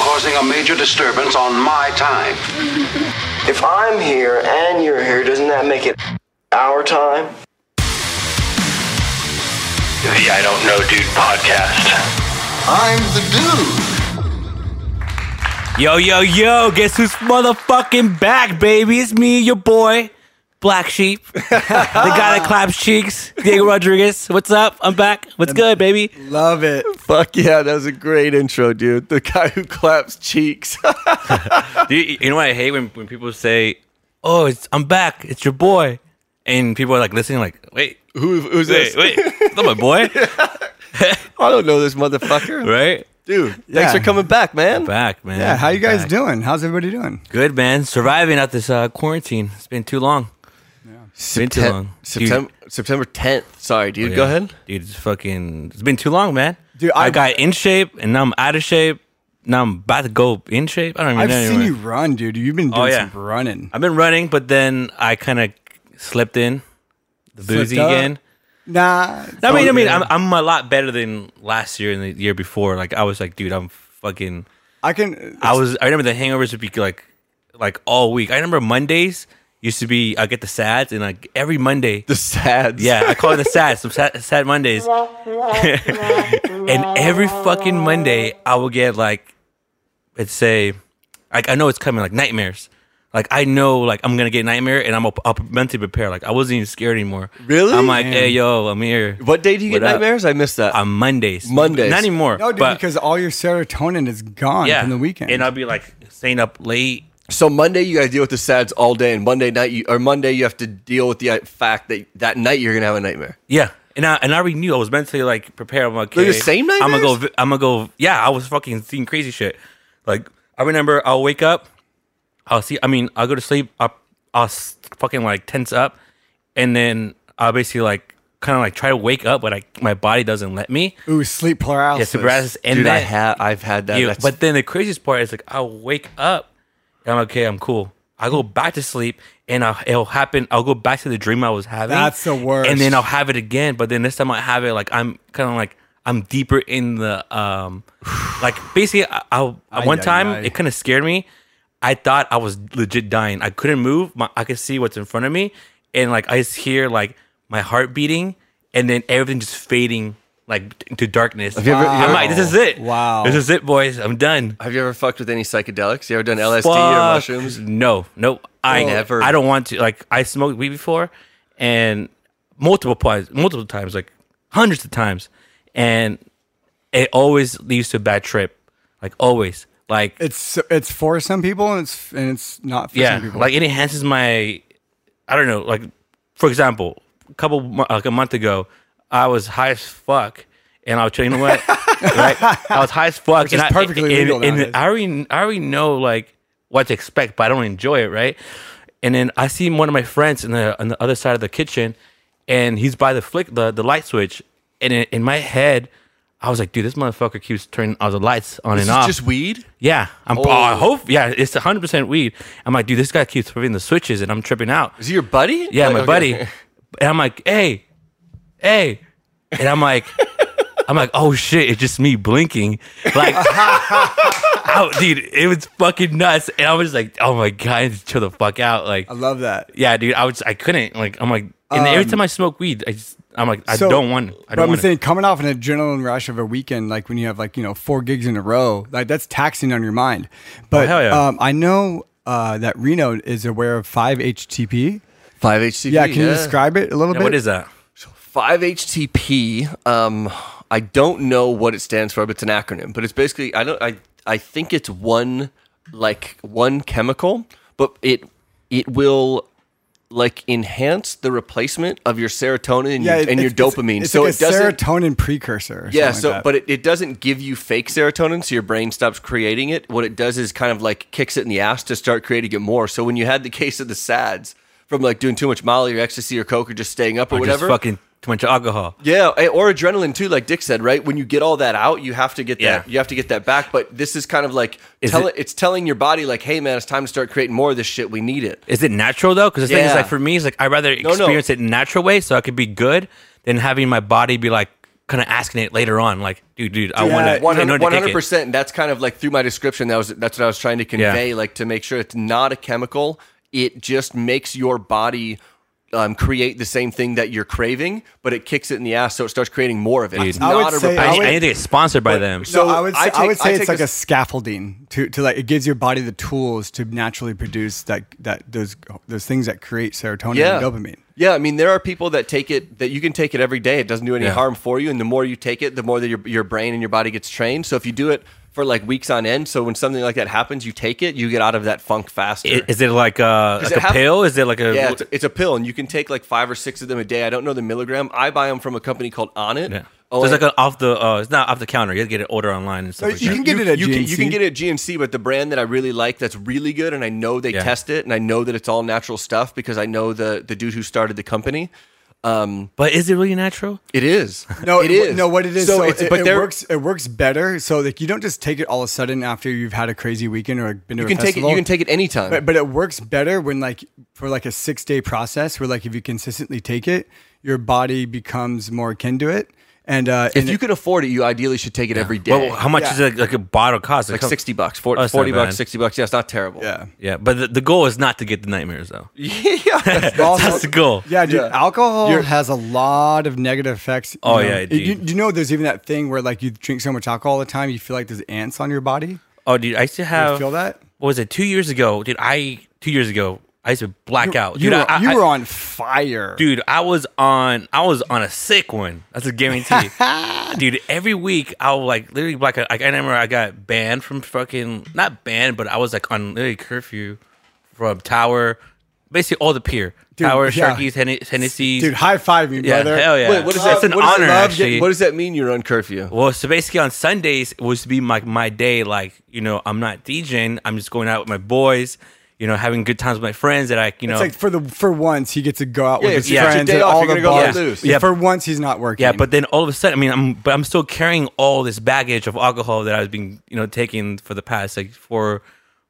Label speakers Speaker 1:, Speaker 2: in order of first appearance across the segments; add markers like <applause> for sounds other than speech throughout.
Speaker 1: causing a major disturbance on my time.
Speaker 2: If I'm here and you're here, doesn't that make it our time?
Speaker 3: The I Don't Know Dude podcast.
Speaker 4: I'm the dude.
Speaker 5: Yo, yo, yo, guess who's motherfucking back, baby? It's me, your boy, Black Sheep,
Speaker 6: <laughs>
Speaker 5: the guy that claps cheeks, Diego Rodriguez. What's up? I'm back. What's good, baby?
Speaker 6: Love it.
Speaker 7: Fuck yeah, that was a great intro, dude. The guy who claps
Speaker 5: <laughs>
Speaker 7: cheeks.
Speaker 5: Do you, you know what I hate when, when people say, oh, it's, I'm back, it's your boy. And people are like listening, like, wait,
Speaker 7: who, who's
Speaker 5: wait,
Speaker 7: this?
Speaker 5: wait, it's not my
Speaker 6: <laughs>
Speaker 5: boy,
Speaker 7: I don't know this motherfucker.
Speaker 5: right?
Speaker 7: Dude,
Speaker 6: Yeah.
Speaker 7: thanks for coming back, man.
Speaker 5: Back, man.
Speaker 6: Yeah, how you guys
Speaker 5: Back.
Speaker 6: doing? How's everybody doing?
Speaker 5: Good, man. Surviving out this uh, quarantine. It's been too long. Been too long. Oh,
Speaker 7: September, September 10th. Sorry, dude. Go
Speaker 5: Yeah.
Speaker 7: ahead.
Speaker 5: Dude, it's fucking. It's been too long, man.
Speaker 6: Dude,
Speaker 5: I,
Speaker 6: I-
Speaker 5: got in shape and now I'm out of shape. Now I'm about to go in shape. I don't even
Speaker 6: I've
Speaker 5: know.
Speaker 6: seen
Speaker 5: anymore.
Speaker 6: you run, dude. You've been doing
Speaker 5: Oh, yeah.
Speaker 6: some running.
Speaker 5: I've been running, but then I kind of slipped in the boozy
Speaker 6: up? Oh,
Speaker 5: again.
Speaker 6: Nah. it's
Speaker 5: I
Speaker 6: all
Speaker 5: mean, I mean,
Speaker 6: good.
Speaker 5: I'm, I'm a lot better than last year and the year before. Like I was like, dude, I'm fucking.
Speaker 6: I can.
Speaker 5: I was. I remember the hangovers would be like, like all week. I remember Mondays used to be. I get the sads and like every Monday
Speaker 7: The sads.
Speaker 5: Yeah, I call it the sad, some sad, sad Mondays. <laughs> and every fucking Monday, I will get like, let's say, like I know it's coming, like nightmares. Like I know, like I'm gonna get a nightmare, and I'm up, up mentally prepared. Like I wasn't even scared anymore.
Speaker 7: Really?
Speaker 5: I'm like,
Speaker 6: Man.
Speaker 5: hey, yo, I'm here.
Speaker 7: What day do you get
Speaker 5: What up?
Speaker 7: nightmares? I missed that.
Speaker 5: On Mondays.
Speaker 7: Mondays.
Speaker 5: Not anymore.
Speaker 6: No, dude,
Speaker 5: but-
Speaker 6: because all your serotonin is gone
Speaker 5: yeah,
Speaker 6: from the weekend.
Speaker 5: and I'll be like staying up late.
Speaker 7: so Monday, you guys deal with the sads all day, and Monday night, you, or Monday, you have to deal with the uh, fact that that night you're gonna have a nightmare.
Speaker 5: Yeah. And I, and I already knew I was mentally like prepared. I'm like,
Speaker 7: They're the
Speaker 5: okay,
Speaker 7: same
Speaker 5: I'm gonna go.
Speaker 7: nightmares?
Speaker 5: vi- I'm gonna go. Yeah, I was fucking seeing crazy shit. Like I remember, I'll wake up. I'll see. I mean, I'll go to sleep. I'll, I'll s- fucking like tense up, and then I'll basically like kind of like try to wake up, but I my body doesn't let me.
Speaker 6: Ooh, sleep
Speaker 5: Yeah,
Speaker 6: paralysis.
Speaker 5: super and
Speaker 7: Dude, I
Speaker 5: then
Speaker 7: have. I've had that.
Speaker 5: you-
Speaker 7: That's-
Speaker 5: but then the craziest part is like I'll wake up and I'm like, okay, I'm cool. I go back to sleep and I'll, it'll happen. I'll go back to the dream I was having.
Speaker 6: That's the worst.
Speaker 5: And then I'll have it again, but then this time I have it like I'm kind of like I'm deeper in the um, like basically I, I'll one
Speaker 6: ay,
Speaker 5: time
Speaker 6: ay.
Speaker 5: it kind of scared me. I thought I was legit dying. I couldn't move. My, I could see what's in front of me, and like I just hear like my heart beating, and then everything just fading like t- to darkness.
Speaker 7: you ever-
Speaker 5: I'm like, this is it.
Speaker 6: Wow.
Speaker 5: This is it, boys. I'm done.
Speaker 7: have you ever fucked with any psychedelics? You ever done LSD or
Speaker 5: Fuck.
Speaker 7: mushrooms?
Speaker 5: No, no. I
Speaker 7: Never.
Speaker 5: I don't want to. Like I smoked weed before, and multiple times, multiple times, like hundreds of times, and it always leads to a bad trip. Like always. Like
Speaker 6: It's it's for some people and it's and it's not for
Speaker 5: yeah,
Speaker 6: some people.
Speaker 5: like it enhances my. I don't know. Like for example, a couple mo- like a month ago, I was high as fuck. And I was telling you know
Speaker 6: <laughs>
Speaker 5: what, right? I was high as fuck,
Speaker 6: is
Speaker 5: and I-
Speaker 6: perfectly
Speaker 5: and-
Speaker 6: legal
Speaker 5: and
Speaker 6: nowadays.
Speaker 5: I already, I already know like what to expect, but I don't enjoy it, right? And then I see one of my friends in the on the other side of the kitchen, and he's by the flick the, the light switch, and in, in my head, I was like, dude, this motherfucker keeps turning all the lights on and
Speaker 7: Is
Speaker 5: off.
Speaker 7: it just weed?
Speaker 5: Yeah, I'm.
Speaker 7: Oh.
Speaker 5: I hope. Yeah, it's 100 percent weed. I'm like, dude, this guy keeps flipping the switches, and I'm tripping out.
Speaker 7: Is he your buddy?
Speaker 5: Yeah,
Speaker 7: Like,
Speaker 5: my
Speaker 7: okay.
Speaker 5: buddy.
Speaker 7: <laughs>
Speaker 5: And I'm like, hey, hey, and I'm like, I'm like, oh shit, it's just me blinking, like,
Speaker 7: <laughs>
Speaker 5: oh, dude, it was fucking nuts, and I was like, oh my god, I need to chill the fuck out, like,
Speaker 6: I love that.
Speaker 5: yeah, dude, I was, I couldn't, like, I'm like, and every
Speaker 7: Um,
Speaker 5: time I smoke weed, I just, I'm like, I don't want, I
Speaker 6: but
Speaker 5: don't
Speaker 6: I'm
Speaker 5: want. it.
Speaker 6: saying coming off an adrenaline rush of a weekend, like when you have like you know four gigs in a row, like that's taxing on your mind. But
Speaker 5: Oh, hell yeah.
Speaker 6: um, I know uh, that Reno is aware of five HTP.
Speaker 7: Five HTP.
Speaker 6: Yeah, can you describe it a little
Speaker 5: Yeah,
Speaker 6: bit?
Speaker 5: what is that?
Speaker 7: 5-HTP, um, I don't know what it stands for, but it's an acronym. But it's basically I don't I I think it's one like one chemical, but it it will like enhance the replacement of your serotonin and
Speaker 6: Yeah,
Speaker 7: your, and your
Speaker 6: it's-
Speaker 7: dopamine.
Speaker 6: It's,
Speaker 7: so
Speaker 6: like
Speaker 7: it
Speaker 6: a
Speaker 7: doesn't
Speaker 6: serotonin precursor. Or
Speaker 7: yeah,
Speaker 6: something
Speaker 7: so
Speaker 6: like that.
Speaker 7: but it, it doesn't give you fake serotonin, so your brain stops creating it. What it does is kind of like kicks it in the ass to start creating it more. So when you had the case of the SADs from like doing too much Molly or ecstasy or coke or just staying up or,
Speaker 5: Or just
Speaker 7: whatever,
Speaker 5: fucking too much alcohol.
Speaker 7: yeah, eh, or adrenaline too, like Dick said, right? When you get all that out, you have to get
Speaker 5: Yeah.
Speaker 7: that you have to get that back. But this is kind of like
Speaker 5: Is
Speaker 7: tell
Speaker 5: it-
Speaker 7: it's telling your body like, hey man, it's time to start creating more of this shit. We need it.
Speaker 5: Is it natural though? Because the thing is,
Speaker 7: Yeah.
Speaker 5: like for me, it's like I would rather
Speaker 7: no.
Speaker 5: experience it in a natural way so I could be good than having my body be like kind of asking it later on, like, dude, dude, I
Speaker 6: Yeah,
Speaker 5: want to know
Speaker 7: Uh, One
Speaker 5: to
Speaker 7: hundred
Speaker 5: kick it.
Speaker 7: percent. That's kind of like through my description. That was that's what I was trying to convey. Like to make sure it's not a chemical. It just makes your body um, create the same thing that you're craving, but it kicks it in the ass, so it starts creating more of it. It's
Speaker 6: I would
Speaker 7: not a
Speaker 6: say-
Speaker 5: I,
Speaker 7: replacement.
Speaker 5: need- I need to get sponsored by them.
Speaker 7: so
Speaker 6: no, I would, say,
Speaker 7: I
Speaker 6: I,
Speaker 7: take-
Speaker 6: would
Speaker 7: I
Speaker 6: say
Speaker 7: take
Speaker 6: it's like
Speaker 7: a s-
Speaker 6: a, scaffolding to, to like it gives your body the tools to naturally produce that that those those things that create serotonin
Speaker 7: yeah.
Speaker 6: and dopamine.
Speaker 7: Yeah, I mean, there are people that take it that you can take it every day. It doesn't do any
Speaker 5: Yeah.
Speaker 7: harm for you, and the more you take it, the more that your your brain and your body gets trained. So if you do it for like weeks on end, so when something like that happens, you take it, you get out of that funk faster.
Speaker 5: I- Is it like a,
Speaker 7: Does
Speaker 5: like
Speaker 7: it
Speaker 5: a
Speaker 7: have-
Speaker 5: pill? Is it like a
Speaker 7: yeah, it's, it's a pill, and you can take like five or six of them a day. I don't know the milligram. I buy them from a company called On It.
Speaker 5: Yeah.
Speaker 7: Oh,
Speaker 5: so it's like
Speaker 7: and-
Speaker 5: an off the. Uh, it's not off the counter. You get it order online and stuff.
Speaker 6: No,
Speaker 5: like
Speaker 6: you
Speaker 5: that.
Speaker 6: can get it at
Speaker 7: you Can, you
Speaker 6: GNC.
Speaker 7: can get it at GNC, but the brand that I really like that's really good, and I know they
Speaker 5: Yeah.
Speaker 7: test it, and I know that it's all natural stuff because I know the the dude who started the company.
Speaker 5: but is it really natural?
Speaker 7: It <laughs> is.
Speaker 6: No,
Speaker 7: it
Speaker 6: w-
Speaker 7: is.
Speaker 6: No, what it is. So,
Speaker 7: it's,
Speaker 6: it,
Speaker 7: but
Speaker 6: it
Speaker 7: there,
Speaker 6: works. It works better. So like you don't just take it all of a sudden after you've had a crazy weekend or been to
Speaker 7: You
Speaker 6: a
Speaker 7: can take it.
Speaker 6: festival.
Speaker 7: You can take it anytime.
Speaker 6: But, but it works better when like for like a six day process where like if you consistently take it, your body becomes more akin to it. And uh,
Speaker 7: if
Speaker 6: and
Speaker 7: you
Speaker 6: it-
Speaker 7: can afford it, you ideally should take it every day.
Speaker 5: Well, how much
Speaker 6: Yeah.
Speaker 5: is it, like a bottle cost?
Speaker 7: like
Speaker 5: couple-
Speaker 7: sixty bucks, 40,
Speaker 5: Oh, it's not
Speaker 7: 40
Speaker 5: bad.
Speaker 7: bucks, sixty bucks. Yeah, it's not terrible.
Speaker 6: yeah.
Speaker 5: Yeah, but the, the goal is not to get the nightmares though.
Speaker 7: yeah.
Speaker 5: That's the goal.
Speaker 6: Yeah, dude.
Speaker 7: Yeah.
Speaker 6: Alcohol has a lot of negative effects. you
Speaker 5: Oh,
Speaker 6: know.
Speaker 5: yeah,
Speaker 6: It-
Speaker 5: dude.
Speaker 6: You, you know, there's even that thing where like you drink so much alcohol all the time, you feel like there's ants on your body.
Speaker 5: Oh, dude, I used to have.
Speaker 6: feel that?
Speaker 5: What was it? Two years ago, dude. I two years ago, I used to black out. Dude,
Speaker 6: you were,
Speaker 5: I, I-
Speaker 6: you
Speaker 5: I-
Speaker 6: were on fire,
Speaker 5: dude i was on i was on a sick one that's a
Speaker 6: <laughs>
Speaker 5: guarantee dude every week i'll like literally like i I remember i got banned from fucking not banned but i was like on literally curfew from tower basically all the pier
Speaker 6: Dude,
Speaker 5: tower
Speaker 6: yeah.
Speaker 5: sharkies Hen- hennessy's
Speaker 6: Dude, high five me,
Speaker 5: yeah
Speaker 6: brother.
Speaker 5: hell yeah
Speaker 7: Wait, what is that?
Speaker 5: it's an
Speaker 7: Uh, What is
Speaker 5: honor
Speaker 7: love?
Speaker 5: actually
Speaker 7: What does that mean? You're on curfew.
Speaker 5: well so basically on sundays it was to be my, my day like you know i'm not djing i'm just going out with my boys you know having good times with my friends that i you know
Speaker 6: It's like for the for once he gets to go out with
Speaker 7: Yeah,
Speaker 6: his
Speaker 7: yeah, it's your
Speaker 6: friends
Speaker 7: day
Speaker 6: at
Speaker 7: off,
Speaker 6: all
Speaker 7: you're gonna
Speaker 6: the
Speaker 7: go
Speaker 5: out
Speaker 6: bars.
Speaker 7: loose.
Speaker 5: Yeah.
Speaker 6: For once he's not working.
Speaker 5: Yeah, but then all of a sudden, I mean, I'm but I'm still carrying all this baggage of alcohol that I've been you know taking for the past like four,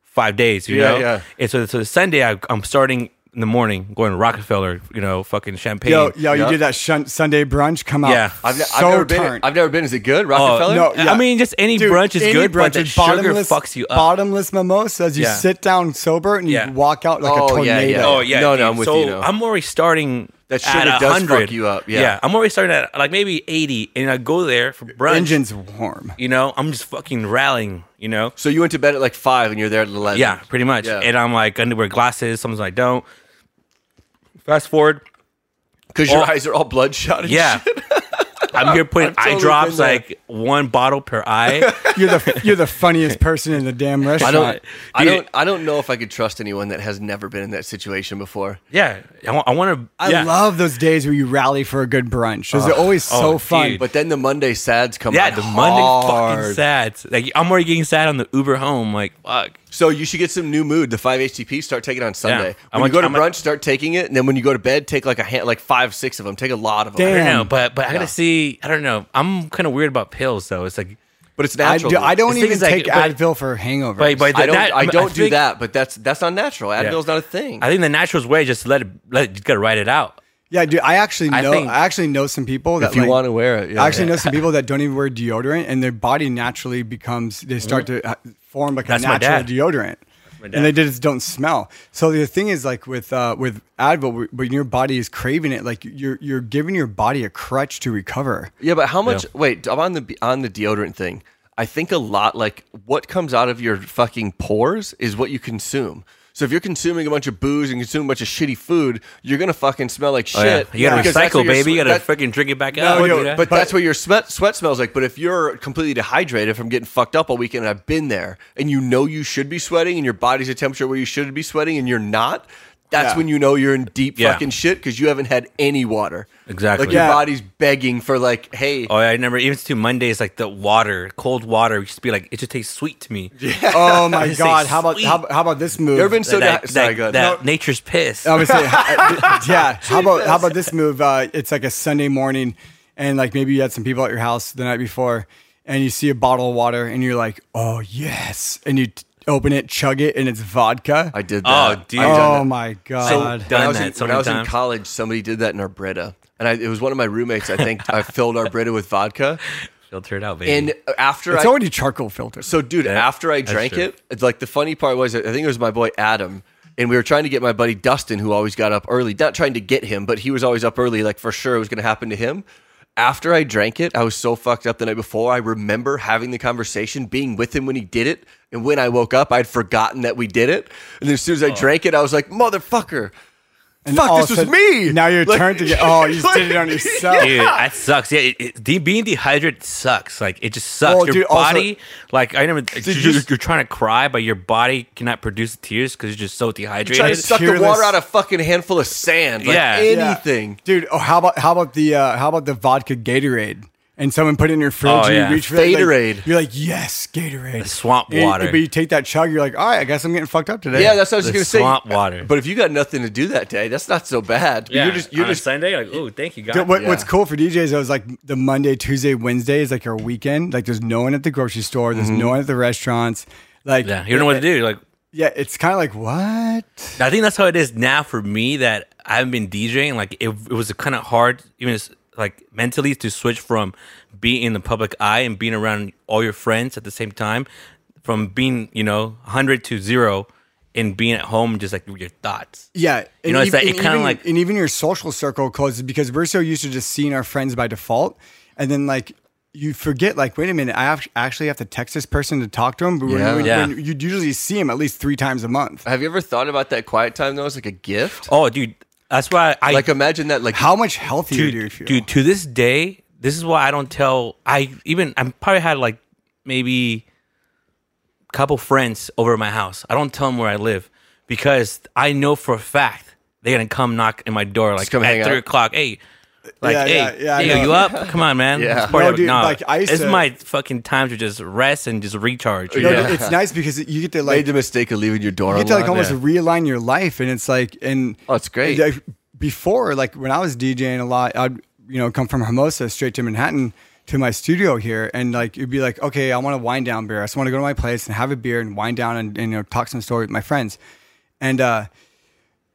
Speaker 5: five days. You
Speaker 7: Yeah,
Speaker 5: know,
Speaker 7: yeah.
Speaker 5: And so, so Sunday, I, I'm starting in the morning, going to Rockefeller, you know, fucking champagne.
Speaker 6: yo, yo, you
Speaker 7: Yeah.
Speaker 6: did that shun- Sunday brunch come out.
Speaker 5: Yeah.
Speaker 7: I've, ne- I've
Speaker 6: so
Speaker 7: never been.
Speaker 6: turned.
Speaker 7: I've never been. Is it good,
Speaker 5: Oh,
Speaker 7: Rockefeller?
Speaker 6: no. yeah.
Speaker 5: I mean, just any
Speaker 6: Dude,
Speaker 5: brunch is
Speaker 6: any
Speaker 5: good,
Speaker 6: brunch
Speaker 5: but that
Speaker 6: is
Speaker 5: sugar
Speaker 6: bottomless-
Speaker 5: fucks you up.
Speaker 6: Bottomless mimosas. You
Speaker 5: Yeah.
Speaker 6: sit down sober and you
Speaker 5: Yeah.
Speaker 6: walk out like a
Speaker 7: Oh, yeah,
Speaker 6: tornado.
Speaker 7: yeah.
Speaker 5: Oh yeah,
Speaker 7: No, no,
Speaker 5: dude.
Speaker 7: I'm with
Speaker 5: so
Speaker 7: you, no.
Speaker 5: I'm already starting.
Speaker 7: That sugar
Speaker 5: at
Speaker 7: does fuck
Speaker 5: 100.
Speaker 7: you up, yeah.
Speaker 5: I'm already starting at like maybe 80, and I go there for brunch.
Speaker 6: Engine's warm.
Speaker 5: You know, I'm just fucking rallying. You know,
Speaker 7: So you went to bed at like five, and you're there at eleven.
Speaker 5: Yeah, pretty much.
Speaker 7: Yeah.
Speaker 5: And I'm like underwear glasses. Sometimes I don't.
Speaker 7: <laughs>
Speaker 5: Fast forward.
Speaker 7: because your
Speaker 5: Oh.
Speaker 7: eyes are all bloodshot. And
Speaker 5: Yeah. I'm here putting
Speaker 7: <laughs> I've totally
Speaker 5: eye drops
Speaker 7: been there.
Speaker 5: like one bottle per
Speaker 7: <laughs>
Speaker 5: eye.
Speaker 6: <laughs> You're the you're the funniest person in the damn
Speaker 7: I
Speaker 6: restaurant.
Speaker 7: don't. I
Speaker 5: Dude.
Speaker 7: don't. I don't know if I could trust anyone that has never been in that situation before.
Speaker 5: yeah. I want to.
Speaker 6: I love those days where you rally for a good brunch. Those are always so
Speaker 5: oh,
Speaker 6: fun.
Speaker 5: dude.
Speaker 7: But then the Monday sads come.
Speaker 5: Yeah,
Speaker 7: on
Speaker 5: the Monday fucking
Speaker 7: hard.
Speaker 5: sad. Like I'm already getting sad on the Uber home. Like fuck.
Speaker 7: So you should get some new mood. The five HTP start taking it on Sunday. When
Speaker 5: I'm like-
Speaker 7: you go to
Speaker 5: I'm like-
Speaker 7: brunch, start taking it, and then when you go to bed, take like a hand, like five, six of them. Take a lot of them.
Speaker 5: I
Speaker 6: Damn.
Speaker 5: don't know,
Speaker 6: Um,
Speaker 5: but but I gotta see. I don't know. I'm kind of weird about pills though. It's like,
Speaker 7: But it's
Speaker 6: I,
Speaker 7: natural.
Speaker 6: do, I don't
Speaker 5: The thing
Speaker 6: even
Speaker 5: is, like,
Speaker 6: take
Speaker 5: but-
Speaker 6: Advil for hangovers.
Speaker 5: but but
Speaker 7: I don't.
Speaker 5: that-
Speaker 7: I don't do
Speaker 5: think-
Speaker 7: that. But that's that's not natural.
Speaker 5: Yeah.
Speaker 7: Advil's not a thing.
Speaker 5: I think the natural way is just to let it let it, you gotta write it out.
Speaker 6: yeah, dude, I actually know.
Speaker 5: I
Speaker 6: I,
Speaker 5: think-
Speaker 6: actually know some people that
Speaker 7: if you
Speaker 6: like,
Speaker 7: want to wear it, yeah.
Speaker 6: I actually
Speaker 5: <laughs>
Speaker 6: know some people that don't even wear deodorant, and their body naturally becomes they start to uh, form like
Speaker 5: Mm-hmm. That's
Speaker 6: a
Speaker 5: my
Speaker 6: natural
Speaker 5: dad.
Speaker 6: deodorant,
Speaker 5: dad.
Speaker 6: and they just don't smell. So the thing is, like with uh, with Advil, when your body is craving it, like you're you're giving your body a crutch to recover.
Speaker 7: Yeah, but how much? Wait, I'm on the on the deodorant thing. I think a lot like what comes out of your fucking pores is what you consume. So if you're consuming a bunch of booze and consuming a bunch of shitty food, you're gonna fucking smell like shit.
Speaker 5: Oh, yeah. You gotta
Speaker 7: Because that's what
Speaker 5: recycle,
Speaker 7: your
Speaker 5: baby. You
Speaker 7: swe-
Speaker 5: gotta
Speaker 7: that-
Speaker 5: freaking drink it back
Speaker 7: but,
Speaker 5: out.
Speaker 7: no,
Speaker 5: you know?
Speaker 7: but that's what your sweat sweat smells like. But if you're completely dehydrated from getting fucked up all weekend, and I've been there, and you know you should be sweating, and your body's at temperature where you should be sweating, and you're not. That's
Speaker 6: Yeah.
Speaker 7: when you know you're in deep
Speaker 5: Yeah.
Speaker 7: fucking shit because you haven't had any water.
Speaker 5: Exactly.
Speaker 7: Like your
Speaker 6: Yeah.
Speaker 7: body's begging for like, hey,
Speaker 5: Oh, I remember even to Mondays, like the water, cold water used to be like, it just tastes sweet
Speaker 7: <laughs>
Speaker 5: to me. Yeah. <laughs>
Speaker 6: Oh my
Speaker 5: just say
Speaker 6: god! How about
Speaker 5: sweet.
Speaker 6: how, how about this move?
Speaker 7: You ever been so
Speaker 5: that,
Speaker 7: di- sorry,
Speaker 5: that,
Speaker 7: go ahead. Um,
Speaker 5: that nature's piss.
Speaker 6: I
Speaker 5: <laughs>
Speaker 6: would say, yeah. How about how about this move? Uh, it's like a Sunday morning, and like maybe you had some people at your house the night before, and you see a bottle of water, and you're like, "Oh yes!" And you t- open it, chug it, and it's vodka.
Speaker 7: I did
Speaker 5: Oh,
Speaker 7: that.
Speaker 5: dude.
Speaker 7: I've done
Speaker 6: oh
Speaker 7: that.
Speaker 6: my
Speaker 7: So
Speaker 5: done
Speaker 6: god!
Speaker 7: when I was
Speaker 5: that
Speaker 7: in,
Speaker 5: so
Speaker 7: when
Speaker 5: many
Speaker 7: I was in
Speaker 5: times.
Speaker 7: college, somebody did that in our Brita. and I, it was one of my roommates. I think
Speaker 5: <laughs>
Speaker 7: I filled our Brita with vodka,
Speaker 5: Filter it out, baby.
Speaker 7: and after
Speaker 6: It's
Speaker 7: I,
Speaker 6: already charcoal filter.
Speaker 7: So, dude, after I drank
Speaker 5: true.
Speaker 7: it, it's like the funny part was, I think it was my boy Adam, and we were trying to get my buddy Dustin, who always got up early. Not trying to get him, but he was always up early. Like for sure, it was going to happen to him. After I drank it, I was so fucked up the night before. I remember having the conversation, being with him when he did it, and when I woke up, I'd forgotten that we did it. And then as soon
Speaker 5: Oh.
Speaker 7: as I drank it, I was like, "Motherfucker,
Speaker 6: And
Speaker 7: fuck,
Speaker 6: all
Speaker 7: this
Speaker 6: of a
Speaker 7: was
Speaker 6: sudden-
Speaker 7: me."
Speaker 6: Now your
Speaker 7: Like-
Speaker 6: turn to get. Oh,
Speaker 7: <laughs>
Speaker 6: you just did it on yourself.
Speaker 5: Dude, that sucks. Yeah, it, it, de- being dehydrated sucks. Like it just sucks.
Speaker 6: Well,
Speaker 5: your
Speaker 6: dude, also-
Speaker 5: body, like I remember, you're,
Speaker 6: you just-
Speaker 5: you're trying to cry, but your body cannot produce the tears because you're just so dehydrated.
Speaker 7: Trying to suck the
Speaker 6: Tearless.
Speaker 7: water out of a fucking handful of sand, like
Speaker 5: Yeah. Yeah.
Speaker 7: anything.
Speaker 6: dude. Oh, how about how about the uh, how about the vodka Gatorade? And someone put it in your fridge,
Speaker 5: Oh,
Speaker 6: and
Speaker 5: yeah.
Speaker 6: you reach for it, like-
Speaker 7: Gatorade.
Speaker 6: you're like, yes, Gatorade,
Speaker 5: swamp
Speaker 6: And-
Speaker 5: water.
Speaker 6: but you take that chug, you're like, all right, I guess I'm getting fucked up today.
Speaker 7: Yeah, that's what I was
Speaker 5: The
Speaker 7: just gonna
Speaker 5: swamp
Speaker 7: say.
Speaker 5: water.
Speaker 7: But if you got nothing to do that day, that's not so bad.
Speaker 5: Yeah,
Speaker 7: You're just you're
Speaker 5: on a
Speaker 7: just
Speaker 5: Sunday. Like, oh, thank you, God.
Speaker 6: Dude, what,
Speaker 7: yeah.
Speaker 6: What's cool for DJs though is like the Monday, Tuesday, Wednesday is like your weekend. Like there's no one at the grocery store, there's no one at the restaurants. Like
Speaker 5: Mm-hmm. yeah, you don't know what to do. Like,
Speaker 6: yeah, it's kind of like what?
Speaker 5: I think that's how it is now for me that I've been DJing. Like it, it was kind of hard, even s- like mentally, to switch from being in the public eye and being around all your friends at the same time, from being you know hundred to zero, and being at home just like with your thoughts.
Speaker 6: Yeah, and
Speaker 5: know, it's
Speaker 6: ev-
Speaker 5: like- it
Speaker 6: and
Speaker 5: kinda
Speaker 6: even-
Speaker 5: like-
Speaker 6: and even your social circle closes because we're so used to just seeing our friends by default, and then like you forget like wait a minute, I have, actually have to text this person to talk to him. But when-
Speaker 7: Yeah.
Speaker 6: when,
Speaker 5: Yeah.
Speaker 6: when you usually see him at least three times a month.
Speaker 7: have you ever thought about that quiet time though as like a gift?
Speaker 5: Oh, dude, that's why I
Speaker 7: Like imagine that like
Speaker 6: How much healthier
Speaker 5: dude,
Speaker 6: do you feel?
Speaker 5: dude, to this day, this is why I don't tell. I even I'm probably had like maybe a couple friends over at my house. I don't tell them where I live because I know for a fact they're gonna come knock in my door like
Speaker 7: Just come hang
Speaker 5: at three
Speaker 7: out.
Speaker 5: o'clock. Hey. Like,
Speaker 6: Yeah, yeah,
Speaker 5: hey,
Speaker 6: yeah, I
Speaker 5: Diego,
Speaker 6: know.
Speaker 5: you up? Come on,
Speaker 6: <laughs>
Speaker 5: man.
Speaker 7: Yeah.
Speaker 5: Let's party
Speaker 6: No,
Speaker 5: up.
Speaker 6: dude, like, I used
Speaker 5: this
Speaker 6: to-
Speaker 5: is my fucking time to just rest and just recharge.
Speaker 6: No,
Speaker 7: Yeah.
Speaker 6: It's nice because you get to like
Speaker 7: made the mistake of leaving your door
Speaker 6: you get to like
Speaker 7: unlocked.
Speaker 6: almost
Speaker 5: yeah.
Speaker 6: realign your life and it's like and
Speaker 7: Oh, it's great.
Speaker 6: like, before like when i was djing a lot i'd you know come from hermosa straight to manhattan to my studio here and like you'd be like okay i want to wind down beer i just want to go to my place and have a beer and wind down and, and you know talk some story with my friends and uh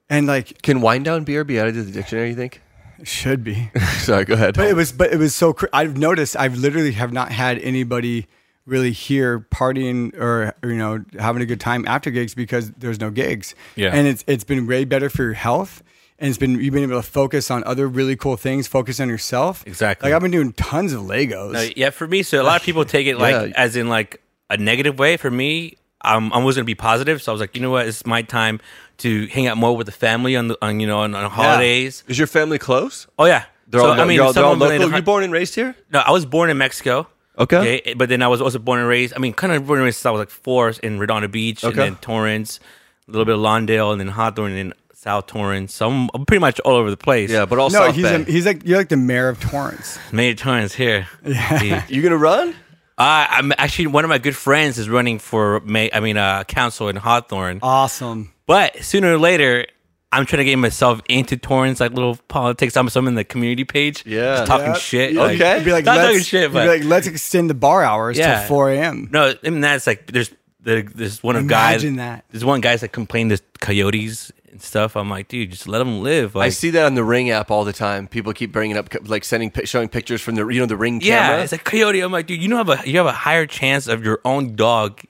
Speaker 6: and like
Speaker 7: Can wind down beer be added to the dictionary? You think? <laughs>
Speaker 6: it should be
Speaker 7: Sorry, go ahead.
Speaker 6: but
Speaker 5: Oh.
Speaker 6: it was but it was so cr- i've noticed i've literally have not had anybody really here partying or you know having a good time after gigs because there's no gigs
Speaker 5: Yeah.
Speaker 6: and it's it's been way better for your health and it's been you've been able to focus on other really cool things focus on yourself
Speaker 5: Exactly.
Speaker 6: like i've been doing tons of legos
Speaker 5: Uh, yeah, for me, so a lot of people take it like
Speaker 7: Yeah.
Speaker 5: as in like a negative way. For me, I'm, I'm always gonna be positive. So I was like, you know what, it's my time to hang out more with the family on the on you know on, on holidays.
Speaker 7: Is your family close?
Speaker 5: Oh yeah,
Speaker 7: They're
Speaker 5: so
Speaker 7: all,
Speaker 5: I mean,
Speaker 7: you're all, they're all
Speaker 5: someone related-
Speaker 7: local. You born and raised here?
Speaker 5: No, I was born in Mexico. eh,
Speaker 7: Okay.
Speaker 5: but then I was also born and raised. I mean, kind of born and raised. Since I was like four in Redondo Beach, and
Speaker 7: Okay.
Speaker 5: then Torrance, a little bit of Lawndale, and then Hawthorne, and then South Torrance. So I'm, I'm pretty much all over the place.
Speaker 7: Yeah, but all
Speaker 6: no
Speaker 7: South
Speaker 6: he's a,
Speaker 7: Bay.
Speaker 6: he's like you're like the mayor of torrance
Speaker 5: many times
Speaker 7: <laughs>
Speaker 5: here. Yeah.
Speaker 7: you gonna run?
Speaker 5: Uh, I'm actually one of my good friends is running for May. I mean, uh, council in Hawthorne.
Speaker 7: Uh,
Speaker 6: awesome
Speaker 5: but sooner or later, I'm trying to get myself into Torrance, like little politics. I'm, so I'm in the community page.
Speaker 7: Yeah.
Speaker 5: just talking
Speaker 6: Yep.
Speaker 5: shit.
Speaker 6: You'd-
Speaker 5: like-
Speaker 7: Okay.
Speaker 6: you'd be like
Speaker 5: Not
Speaker 6: let's,
Speaker 5: talking shit,
Speaker 6: you'd be
Speaker 5: but-
Speaker 6: like, let's extend the bar hours
Speaker 5: Yeah.
Speaker 6: till 4 a.m
Speaker 5: no, I mean that's like there's there, there's one of guys.
Speaker 6: Imagine that.
Speaker 5: There's one guys that complained to coyotes and stuff. I'm like, dude, just let them live. Like,
Speaker 7: I see that on the Ring app all the time. People keep bringing up, like sending, pi- showing pictures from the, you know, the Ring
Speaker 5: Yeah,
Speaker 7: camera.
Speaker 5: it's a coyote. I'm like, dude, you know, have a you have a higher chance of your own dog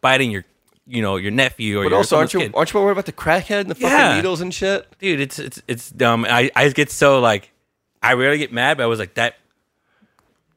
Speaker 5: biting your, you know, your nephew or
Speaker 7: but
Speaker 5: your
Speaker 7: also, aren't
Speaker 5: someone's
Speaker 7: you
Speaker 5: kid.
Speaker 7: aren't you worried about the crackhead and the
Speaker 5: Yeah.
Speaker 7: fucking needles and shit?
Speaker 5: dude, it's it's it's dumb. I I get so like, I rarely get mad, but I was like that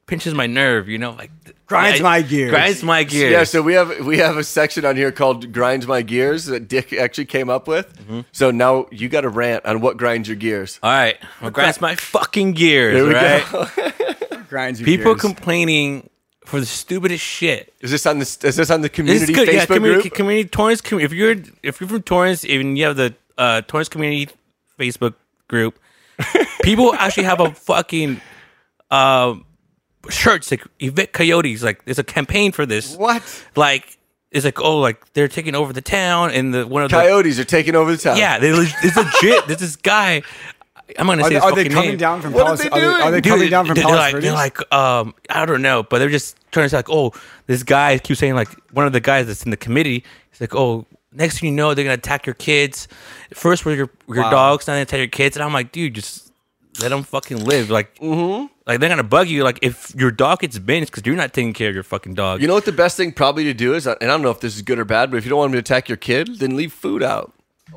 Speaker 5: pinches my nerve, you know, like
Speaker 6: Grinds
Speaker 5: I-
Speaker 6: my gears.
Speaker 5: grinds my gears.
Speaker 7: Yeah, so we have we have a section on here called "Grinds My Gears" that Dick actually came up with. So now you got a rant on what grinds your gears.
Speaker 5: all right, well, grinds my fucking gears.
Speaker 7: There we
Speaker 5: right?
Speaker 6: <laughs>
Speaker 7: go.
Speaker 6: grinds your
Speaker 5: People
Speaker 6: gears.
Speaker 5: complaining for the stupidest shit.
Speaker 7: <laughs> Is this on the is this on the
Speaker 5: This is
Speaker 7: community
Speaker 5: good.
Speaker 7: Facebook
Speaker 5: yeah, community,
Speaker 7: group?
Speaker 5: community Torrance. Com- if you're if you're from Torrance, even you have the uh, Torrance community Facebook
Speaker 6: <laughs>
Speaker 5: group, people actually have a fucking uh, shirts like evict coyotes. Like there's a campaign for this.
Speaker 6: what
Speaker 5: Like it's like oh like they're taking over the town and the one of the
Speaker 7: Coyotes are taking over the town.
Speaker 5: yeah they, leg- it's legit. There's this guy. I'm gonna say
Speaker 6: are they,
Speaker 5: his
Speaker 6: are they
Speaker 5: fucking
Speaker 6: coming
Speaker 5: name.
Speaker 6: down from
Speaker 7: What are
Speaker 6: Palos,
Speaker 7: they
Speaker 6: are they, are they
Speaker 7: doing?
Speaker 6: coming down from
Speaker 5: they're
Speaker 6: Palos
Speaker 5: like, they're
Speaker 6: Verdes?
Speaker 5: like, um, I don't know, but they're just trying to say like, oh, this guy keeps saying like, one of the guys that's in the committee, he's like, oh, next thing you know, they're gonna attack your kids. First were your your dogs, now they attack your kids, and I'm like, dude, just let them fucking live. Like,
Speaker 6: Mm-hmm.
Speaker 5: like they're gonna bug you. Like if your dog gets binged because you're not taking care of your fucking dog.
Speaker 7: You know what the best thing probably to do is, uh, and I don't know if this is good or bad, but if you don't want him to attack your kid, then leave food out.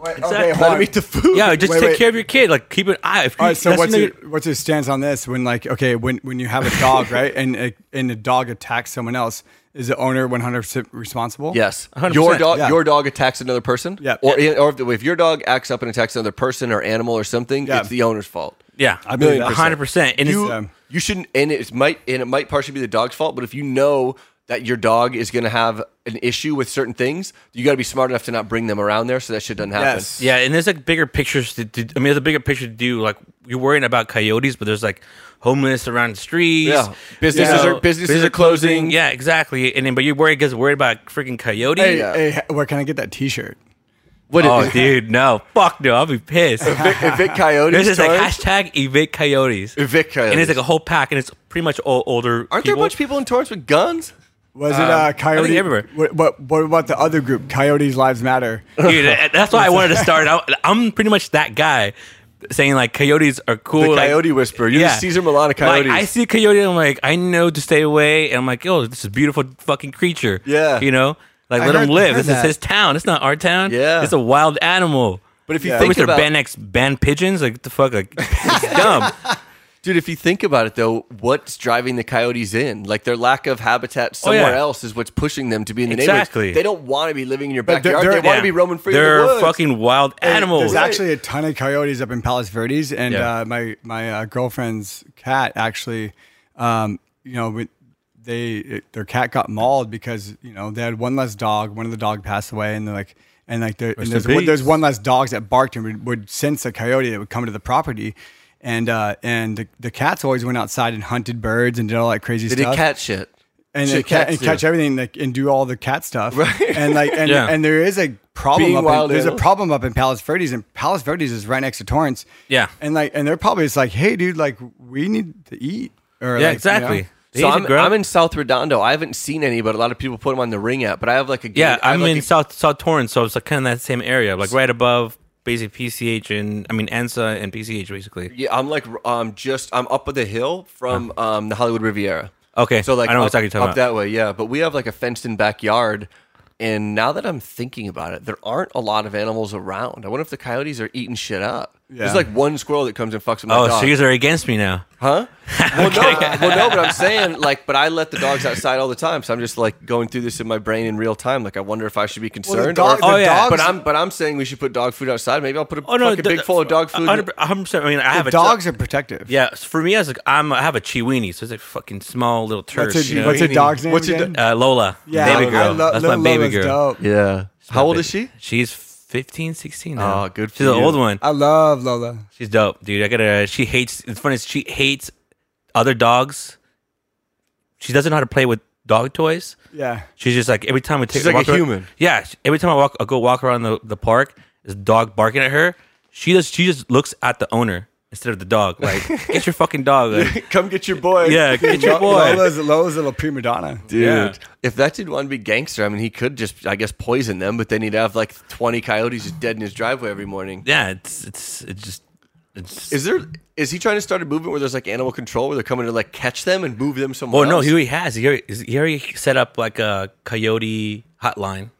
Speaker 6: Wait,
Speaker 5: Exactly.
Speaker 6: hold
Speaker 7: Let
Speaker 6: on.
Speaker 7: him eat the food.
Speaker 5: yeah, just
Speaker 6: Wait,
Speaker 5: take
Speaker 6: wait.
Speaker 5: care of your kid. Like keep an eye. If you,
Speaker 6: All right, so
Speaker 5: that's
Speaker 6: what's
Speaker 5: another-
Speaker 6: your what's your stance on this? When like okay, when when you have a dog, right, and a, and a dog attacks someone else, is the owner one hundred percent responsible?
Speaker 7: Yes,
Speaker 5: 100%,
Speaker 7: your dog.
Speaker 6: yeah.
Speaker 7: Your dog attacks another person.
Speaker 6: Yeah.
Speaker 7: or or if, if your dog acts up and attacks another person or animal or something,
Speaker 6: Yeah.
Speaker 7: it's the owner's fault.
Speaker 5: yeah,
Speaker 6: I believe that.
Speaker 5: hundred percent. And
Speaker 6: You-
Speaker 5: it's,
Speaker 6: Um,
Speaker 7: You shouldn't, and it might, and it might partially be the dog's fault. But if you know that your dog is going to have an issue with certain things, you got to be smart enough to not bring them around there, so that shit doesn't happen. <laughs>
Speaker 6: Yes.
Speaker 5: Yeah, and there's like bigger pictures to, to I mean, there's a bigger picture to do. Like you're worrying about coyotes, but there's like homeless around the streets.
Speaker 7: Yeah. Businesses
Speaker 5: You
Speaker 7: are- businesses are closing.
Speaker 5: Yeah, exactly. And then, but you're worried because worried about freaking coyote.
Speaker 6: Hey, hey, where can I get that T-shirt?
Speaker 7: What is
Speaker 5: Oh, dude, no, fuck no, I'll be pissed.
Speaker 7: evict, evict coyotes?
Speaker 5: <laughs> There's this like
Speaker 7: Torrance?
Speaker 5: hashtag evict coyotes,
Speaker 7: evict coyotes.
Speaker 5: and it's like a whole pack, and it's pretty much all older.
Speaker 7: Aren't there a bunch of people in Torrance with guns?
Speaker 6: Was it uh, coyote?
Speaker 5: Um, everywhere.
Speaker 6: What, what what about the other group? Coyotes lives matter.
Speaker 5: Dude, that- that's why I wanted to start. out. I'm pretty much that guy saying like coyotes are cool.
Speaker 7: The
Speaker 5: like-
Speaker 7: coyote whisperer. You're the Caesar Millan of
Speaker 5: Like,
Speaker 7: coyotes.
Speaker 5: I see a coyote, I'm like, I know to stay away, and I'm like, yo, this is a beautiful fucking creature.
Speaker 7: Yeah.
Speaker 5: you know, like
Speaker 6: I
Speaker 5: let
Speaker 6: heard-
Speaker 5: him live.
Speaker 6: heard
Speaker 5: This is
Speaker 6: that.
Speaker 5: his town. It's not our town.
Speaker 7: Yeah.
Speaker 5: it's a wild animal.
Speaker 7: But if you
Speaker 6: Yeah.
Speaker 7: think
Speaker 5: Mr.
Speaker 7: about
Speaker 5: Ban X banned pigeons. Like what the fuck, like <laughs>
Speaker 7: <laughs>
Speaker 5: it's dumb.
Speaker 7: Dude, if you think about it though, what's driving the coyotes in? Like their lack of habitat somewhere
Speaker 5: Oh, yeah.
Speaker 7: else is what's pushing them to be in the
Speaker 5: Exactly.
Speaker 7: neighborhood. They don't want to be living in your
Speaker 6: they're-
Speaker 7: backyard.
Speaker 6: they're-
Speaker 7: they want
Speaker 5: Yeah.
Speaker 7: to be roaming free
Speaker 5: They're
Speaker 7: in the woods.
Speaker 5: fucking wild animals.
Speaker 6: There's actually a ton of coyotes up in Palos Verdes, and
Speaker 5: Yeah.
Speaker 6: uh, my my uh, girlfriend's cat actually, um, you know, we- they it- their cat got mauled because you know they had one less dog. One of the dog passed away, and they're like. And like there, and
Speaker 5: in
Speaker 6: there's, one,
Speaker 5: peace.
Speaker 6: there's one less dogs that barked and would, would sense a coyote that would come to the property, and uh, and the, the cats always went outside and hunted birds and did all that crazy
Speaker 7: They did
Speaker 6: stuff
Speaker 7: cat shit.
Speaker 6: and,
Speaker 7: Shit,
Speaker 6: it ca-
Speaker 7: cats
Speaker 6: and
Speaker 7: do.
Speaker 6: catch everything like, and do all the cat stuff.
Speaker 7: Right.
Speaker 6: And like and,
Speaker 5: Yeah.
Speaker 6: and there is a problem
Speaker 7: Being
Speaker 6: up
Speaker 7: wild
Speaker 6: in, there's a
Speaker 7: animals.
Speaker 6: problem up in Palos Verdes and Palos Verdes is right next to Torrance.
Speaker 5: Yeah.
Speaker 6: And like and they're probably just like, hey dude, like we need to eat. Or
Speaker 5: yeah,
Speaker 6: like,
Speaker 5: exactly.
Speaker 6: You know,
Speaker 5: They
Speaker 7: so
Speaker 5: eat it,
Speaker 7: I'm,
Speaker 5: girl.
Speaker 7: I'm in South Redondo. I haven't seen any, but a lot of people put them on the ring app. But I have like a
Speaker 5: yeah,
Speaker 7: I have
Speaker 5: I'm
Speaker 7: like
Speaker 5: in
Speaker 7: a-
Speaker 5: South South Torrance, so it's like kind of that same area, like right above basic PCH and I mean ANSA and PCH basically.
Speaker 7: yeah, I'm like um just I'm up the hill from um the Hollywood Riviera.
Speaker 5: Oh. Okay,
Speaker 7: So like
Speaker 5: I know
Speaker 7: up,
Speaker 5: exactly what you're talking
Speaker 7: up
Speaker 5: about.
Speaker 7: that way, yeah. But we have like a fenced in backyard. And now that I'm thinking about it, there aren't a lot of animals around. I wonder if the coyotes are eating shit up. There's
Speaker 6: Yeah.
Speaker 7: like one squirrel that comes and fucks with my
Speaker 5: Oh,
Speaker 7: dog.
Speaker 5: so you guys are against me now. <laughs>
Speaker 7: huh? well, no, well, no, but I'm saying like, but I let the dogs outside all the time, so I'm just like going through this in my brain in real time. Like, I wonder if I should be concerned.
Speaker 6: dog-
Speaker 7: or if-
Speaker 5: the Oh, yeah. dogs-
Speaker 7: But I'm but I'm saying we should put dog food outside. Maybe I'll put a
Speaker 6: Oh,
Speaker 7: fucking
Speaker 5: the-
Speaker 7: big bowl of dog food.
Speaker 5: 100%, I mean, I have a
Speaker 6: dogs are protective.
Speaker 5: Yeah, s- for me, I was like, I'm, I have a Chiweenie, so it's a fucking small little turd.
Speaker 6: What's a,
Speaker 5: you know?
Speaker 6: what's a
Speaker 7: Chiweenie.
Speaker 6: dog's name?
Speaker 7: What's your
Speaker 6: again?
Speaker 7: do-
Speaker 5: uh, Lola, baby
Speaker 6: I
Speaker 5: girl.
Speaker 6: lo-
Speaker 5: That's my
Speaker 6: Little
Speaker 5: baby
Speaker 6: Lola's
Speaker 5: girl.
Speaker 6: dope.
Speaker 7: yeah. How old is she?
Speaker 5: She's 15, 16 now.
Speaker 7: Oh, good for
Speaker 5: She's an
Speaker 7: you.
Speaker 5: old one.
Speaker 6: I love Lola.
Speaker 5: She's dope, dude. I gotta. She hates. It's funny. She hates other dogs. She doesn't know how to play with dog toys.
Speaker 6: Yeah.
Speaker 5: She's just like every time we take
Speaker 7: She's like
Speaker 5: walk
Speaker 7: a
Speaker 5: around-
Speaker 7: human.
Speaker 5: yeah, she- every time I walk, I go walk around the, the park. There's a dog barking at her. She just she just looks at the owner instead of the dog.
Speaker 7: <laughs>
Speaker 5: Like, get your fucking dog. Like,
Speaker 7: <laughs> Come get your boy. <laughs>
Speaker 5: yeah, get your
Speaker 6: Lo-
Speaker 5: boy.
Speaker 6: Lola's, Lola's a little prima donna.
Speaker 7: Dude,
Speaker 5: Yeah.
Speaker 7: if that dude wanted to be gangster, I mean, he could just, I guess, poison them, but then he'd have like 20 coyotes just dead in his driveway every morning.
Speaker 5: Yeah, it's it's it's just it's.
Speaker 7: Is there, is he trying to start a movement where there's like animal control where they're coming to like catch them and move them somewhere?
Speaker 5: Well, Oh, no,
Speaker 7: else?
Speaker 5: he already has. He already, he already set up like a coyote hotline.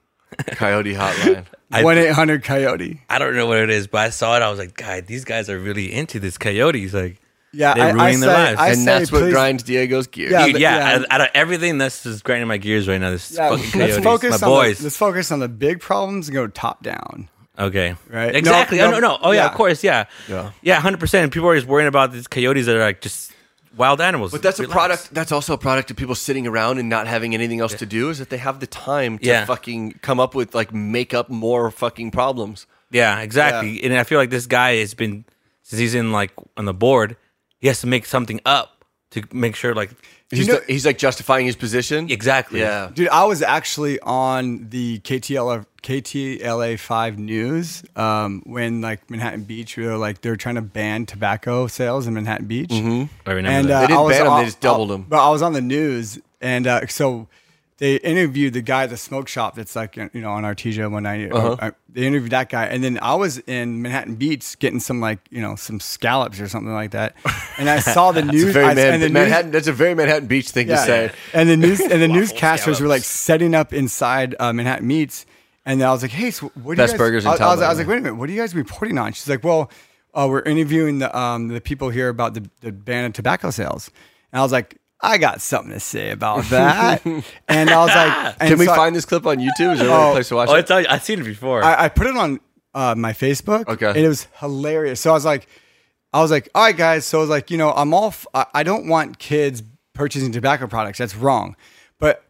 Speaker 7: coyote
Speaker 6: <laughs>
Speaker 7: hotline.
Speaker 5: I-
Speaker 6: One eight hundred coyote.
Speaker 5: I don't know what it is, but I saw it. I was like, God, these guys are really into this coyotes. Like,
Speaker 6: Yeah,
Speaker 5: they
Speaker 6: I- I
Speaker 5: ruin their
Speaker 6: say-
Speaker 5: lives.
Speaker 6: I
Speaker 7: and
Speaker 6: say
Speaker 7: that's what
Speaker 6: please-
Speaker 7: grinds Diego's gears.
Speaker 6: Yeah,
Speaker 5: Dude,
Speaker 6: but-
Speaker 5: yeah,
Speaker 6: yeah.
Speaker 5: Out, out of everything that's just grinding my gears right now, this
Speaker 6: Yeah,
Speaker 5: fucking coyotes,
Speaker 6: let's focus
Speaker 5: my
Speaker 6: on
Speaker 5: boys.
Speaker 6: The, let's focus on the big problems and go top down.
Speaker 5: okay,
Speaker 6: Right. No,
Speaker 5: Exactly. No, no,
Speaker 6: no,
Speaker 5: no. Oh yeah,
Speaker 6: yeah.
Speaker 5: of course. Yeah,
Speaker 7: Yeah.
Speaker 5: yeah, hundred percent. People are just worrying about these coyotes that are like just wild animals.
Speaker 7: But that's a
Speaker 5: Relax.
Speaker 7: product. That's also a product of people sitting around and not having anything else to do. Is that they have the time to
Speaker 5: Yeah.
Speaker 7: fucking come up with like make up more fucking problems.
Speaker 5: Yeah, exactly. And I feel like this guy has been since he's in like on the board, he has to make something up to make sure like
Speaker 7: He's,
Speaker 6: know-
Speaker 7: the- he's like justifying his position.
Speaker 5: exactly.
Speaker 7: Yeah.
Speaker 6: Dude, I was actually on the KTLA KTLA five news um, when like Manhattan Beach, we were like they were trying to ban tobacco sales in Manhattan Beach.
Speaker 5: I remember
Speaker 6: And
Speaker 5: that.
Speaker 6: uh,
Speaker 7: They didn't
Speaker 6: I was
Speaker 7: ban 'em, they
Speaker 6: on-
Speaker 7: just doubled 'em.
Speaker 6: But I was on the news, and uh, so they interviewed the guy at the smoke shop that's like you know on Artesia 190.
Speaker 8: Uh-huh.
Speaker 6: Uh, They interviewed that guy, and then I was in Manhattan Beach getting some like you know some scallops or something like that, and I saw the
Speaker 8: <laughs>
Speaker 6: news.
Speaker 8: It's a very
Speaker 6: I-
Speaker 8: man,
Speaker 6: and the news-
Speaker 8: Manhattan. That's a very Manhattan Beach thing to say.
Speaker 6: and the
Speaker 7: <laughs>
Speaker 6: news and the newscasters were like setting up inside uh, Manhattan Meats, and I was like, "Hey, so what do
Speaker 7: Best
Speaker 6: you guys?"
Speaker 7: burgers in
Speaker 6: I, I
Speaker 7: town,
Speaker 6: was,
Speaker 7: by
Speaker 6: I was
Speaker 7: the
Speaker 6: like, "Wait a minute, what are you guys reporting on?" She's like, "Well, uh, we're interviewing the um, the people here about the, the ban of tobacco sales," and I was like. I got something to say
Speaker 7: <laughs>
Speaker 6: about that, and I was like, and
Speaker 7: Can we
Speaker 6: so I-
Speaker 7: find this clip on YouTube? Is there a
Speaker 6: Oh.
Speaker 7: place to watch
Speaker 5: Oh,
Speaker 7: it?
Speaker 5: it's all, I've seen it before.
Speaker 6: I, I put it on uh, my Facebook.
Speaker 7: Okay.
Speaker 6: And it was hilarious. So I was like, I was like, all right, guys. So I was like, you know, I'm all, f- I, I don't want kids purchasing tobacco products. That's wrong. But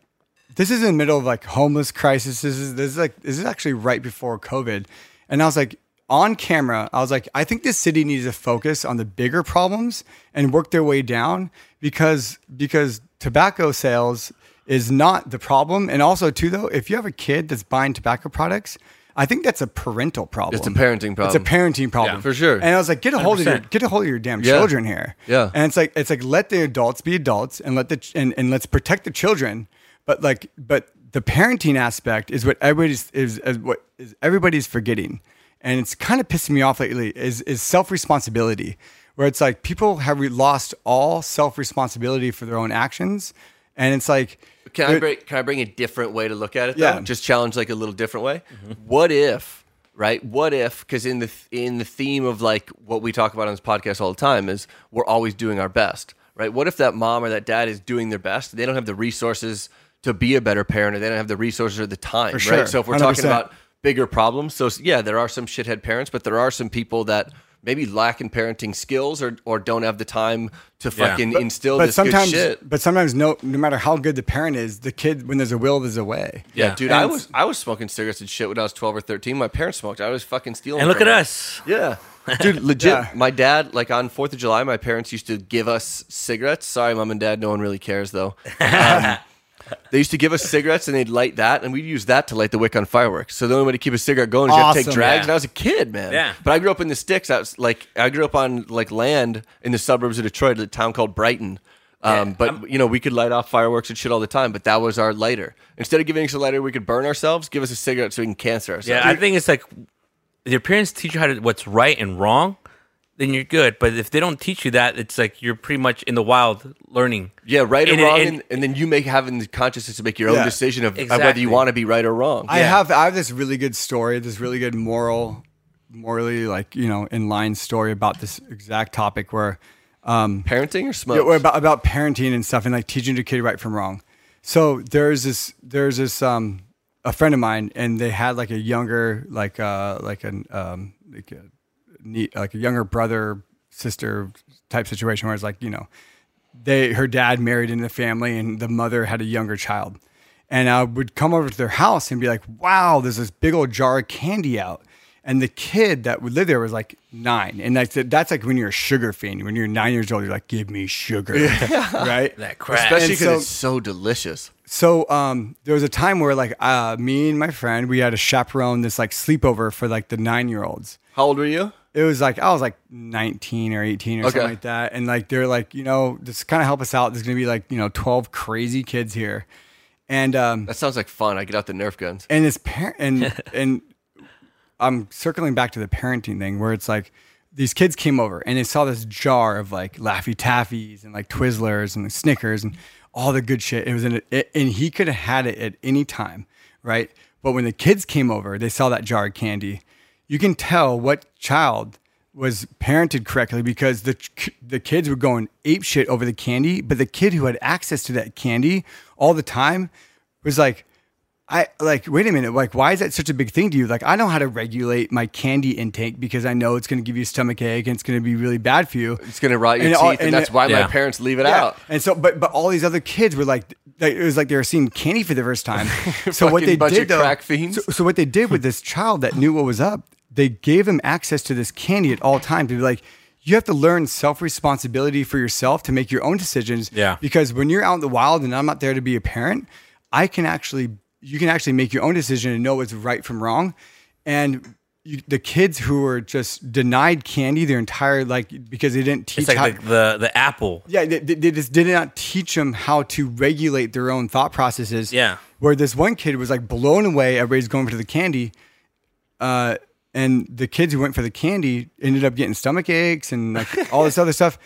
Speaker 6: this is in the middle of like homeless crisis. This is, this is like, this is actually right before COVID. And I was like, on camera, I was like, I think this city needs to focus on the bigger problems and work their way down because, because tobacco sales is not the problem. And also too, though, if you have a kid that's buying tobacco products, I think that's a parental problem.
Speaker 7: It's a parenting
Speaker 6: It's a
Speaker 7: problem.
Speaker 6: parenting problem
Speaker 7: Yeah, for sure.
Speaker 6: And I was like, get a hold of your
Speaker 5: 100%.
Speaker 6: get a hold of your damn
Speaker 7: Yeah.
Speaker 6: children here.
Speaker 7: Yeah.
Speaker 6: And it's like it's like let the adults be adults and let the ch- and, and let's protect the children. But like but the parenting aspect is what everybody's is, is what is everybody's forgetting. And it's kind of pissing me off lately is is self responsibility, where it's like people have re- lost all self responsibility for their own actions, and it's like
Speaker 7: Can I
Speaker 6: it-
Speaker 7: bring can I bring a different way to look at it?
Speaker 6: Yeah. Mm-hmm.
Speaker 7: though? Just challenge like a little different way. What if, right? What if? Because in the th- in the theme of like what we talk about on this podcast all the time is we're always doing our best, right? What if that mom or that dad is doing their best? They don't have the resources to be a better parent, or they don't have the resources or the time,
Speaker 6: sure.
Speaker 7: right? So if we're talking
Speaker 6: 100%.
Speaker 7: about bigger problems, so s- yeah, there are some shithead parents, but there are some people that. Maybe lack in parenting skills, or, or don't have the time to fucking instill
Speaker 6: but
Speaker 7: this
Speaker 6: sometimes,
Speaker 7: good shit.
Speaker 6: but sometimes, no, no matter how good the parent is, the kid, when there's a will, there's a way.
Speaker 7: Yeah, dude, I
Speaker 6: And-
Speaker 7: was I was smoking cigarettes and shit when I was twelve or thirteen. My parents smoked. I was fucking stealing.
Speaker 5: and look
Speaker 7: from
Speaker 5: at
Speaker 7: them.
Speaker 5: us.
Speaker 7: <laughs> Yeah,
Speaker 5: <laughs>
Speaker 7: dude, legit.
Speaker 6: Yeah.
Speaker 7: My dad, like on Fourth of July, my parents used to give us cigarettes. Sorry, mom and dad, no one really cares though.
Speaker 5: <laughs>
Speaker 7: Um, they used to give us cigarettes and they'd light that, and we'd use that to light the wick on fireworks. So the only way to keep a cigarette going is you have to
Speaker 6: Awesome.
Speaker 7: take drags.
Speaker 5: Yeah.
Speaker 7: And I was a kid, man.
Speaker 5: Yeah.
Speaker 7: But I grew up in the sticks. I was like, I grew up on like land in the suburbs of Detroit, a town called Brighton. Um,
Speaker 5: Yeah.
Speaker 7: but you know, we could light off fireworks and shit all the time, but that was our lighter. Instead of giving us a lighter, we could burn ourselves. Give us a cigarette so we can cancer ourselves.
Speaker 5: Yeah, I think it's like if your parents teach you how to what's right and wrong, then you're good. But if they don't teach you that, it's like you're pretty much in the wild learning.
Speaker 7: Yeah, right
Speaker 5: And-
Speaker 7: or wrong,
Speaker 5: and-
Speaker 7: and, and, then you make having the consciousness to make your own
Speaker 6: Yeah,
Speaker 7: decision of, of whether
Speaker 5: exactly.
Speaker 7: you want to be right or wrong.
Speaker 6: I
Speaker 7: Yeah.
Speaker 6: have I have this really good story, this really good moral, morally like you know in line story about this exact topic where
Speaker 7: parenting or smoke.
Speaker 6: yeah, where about about parenting and stuff and like teaching your kid right from wrong. So there's this there's this um a friend of mine and they had like a younger like uh like an um like a, ne- like a younger brother sister type situation where it's like you know they her dad married into the family and the mother had a younger child and i would come over to their house and be like wow there's this big old jar of candy out and the kid that would live there was like nine and that's that's like when you're a sugar fiend when you're nine years old you're like give me sugar <laughs> right
Speaker 5: <laughs> That crap.
Speaker 7: Especially
Speaker 6: And
Speaker 7: because
Speaker 6: so-
Speaker 7: it's so delicious.
Speaker 6: so um, there was a time where like uh, me and my friend we had to chaperone this like sleepover for like the nine year olds
Speaker 7: How old were you?
Speaker 6: it was like I was like 19 or 18 or
Speaker 7: Okay.
Speaker 6: something like that. And like they're like, you know, just kind of help us out. There's gonna be like, you know, 12 crazy kids here. And um
Speaker 7: That sounds like fun. I get out the Nerf guns.
Speaker 6: <laughs> and this parent and and I'm circling back to the parenting thing where it's like these kids came over and they saw this jar of like Laffy Taffies and like Twizzlers and Snickers and all the good shit. It was in it, and he could have had it at any time, right? But when the kids came over, they saw that jar of candy. You can tell what child was parented correctly because the ch- the kids were going ape shit over the candy, but the kid who had access to that candy all the time was like, I like, wait a minute, like, why is that such a big thing to you? Like, I know how to regulate my candy intake because I know it's going to give you a stomach ache and it's going to be really bad for you.
Speaker 7: It's going to rot your
Speaker 6: And
Speaker 7: teeth,
Speaker 6: all-
Speaker 7: and, that's why
Speaker 5: yeah.
Speaker 7: my parents leave it
Speaker 6: yeah.
Speaker 7: out.
Speaker 6: And so, but but all these other kids were like, like it was like they were seeing candy for the first
Speaker 7: <laughs>
Speaker 6: time. so what
Speaker 7: Fucking
Speaker 6: they
Speaker 7: bunch
Speaker 6: did
Speaker 7: of
Speaker 6: though,
Speaker 7: crack fiends.
Speaker 6: So, so what they did
Speaker 7: <laughs>
Speaker 6: with this child that knew what was up, they gave him access to this candy at all times to be like. You have to learn self responsibility for yourself to make your own decisions.
Speaker 5: Yeah.
Speaker 6: Because when you're out in the wild and I'm not there to be a parent, I can actually, you can actually make your own decision and know what's right from wrong. And you, the kids who were just denied candy their entire like because they didn't teach
Speaker 5: It's like
Speaker 6: how,
Speaker 5: the, the the apple.
Speaker 6: yeah they, they they just did not teach them how to regulate their own thought processes
Speaker 5: Yeah.
Speaker 6: where this one kid was like blown away everybody's going for the candy uh and the kids who went for the candy ended up getting stomach aches and like all this other stuff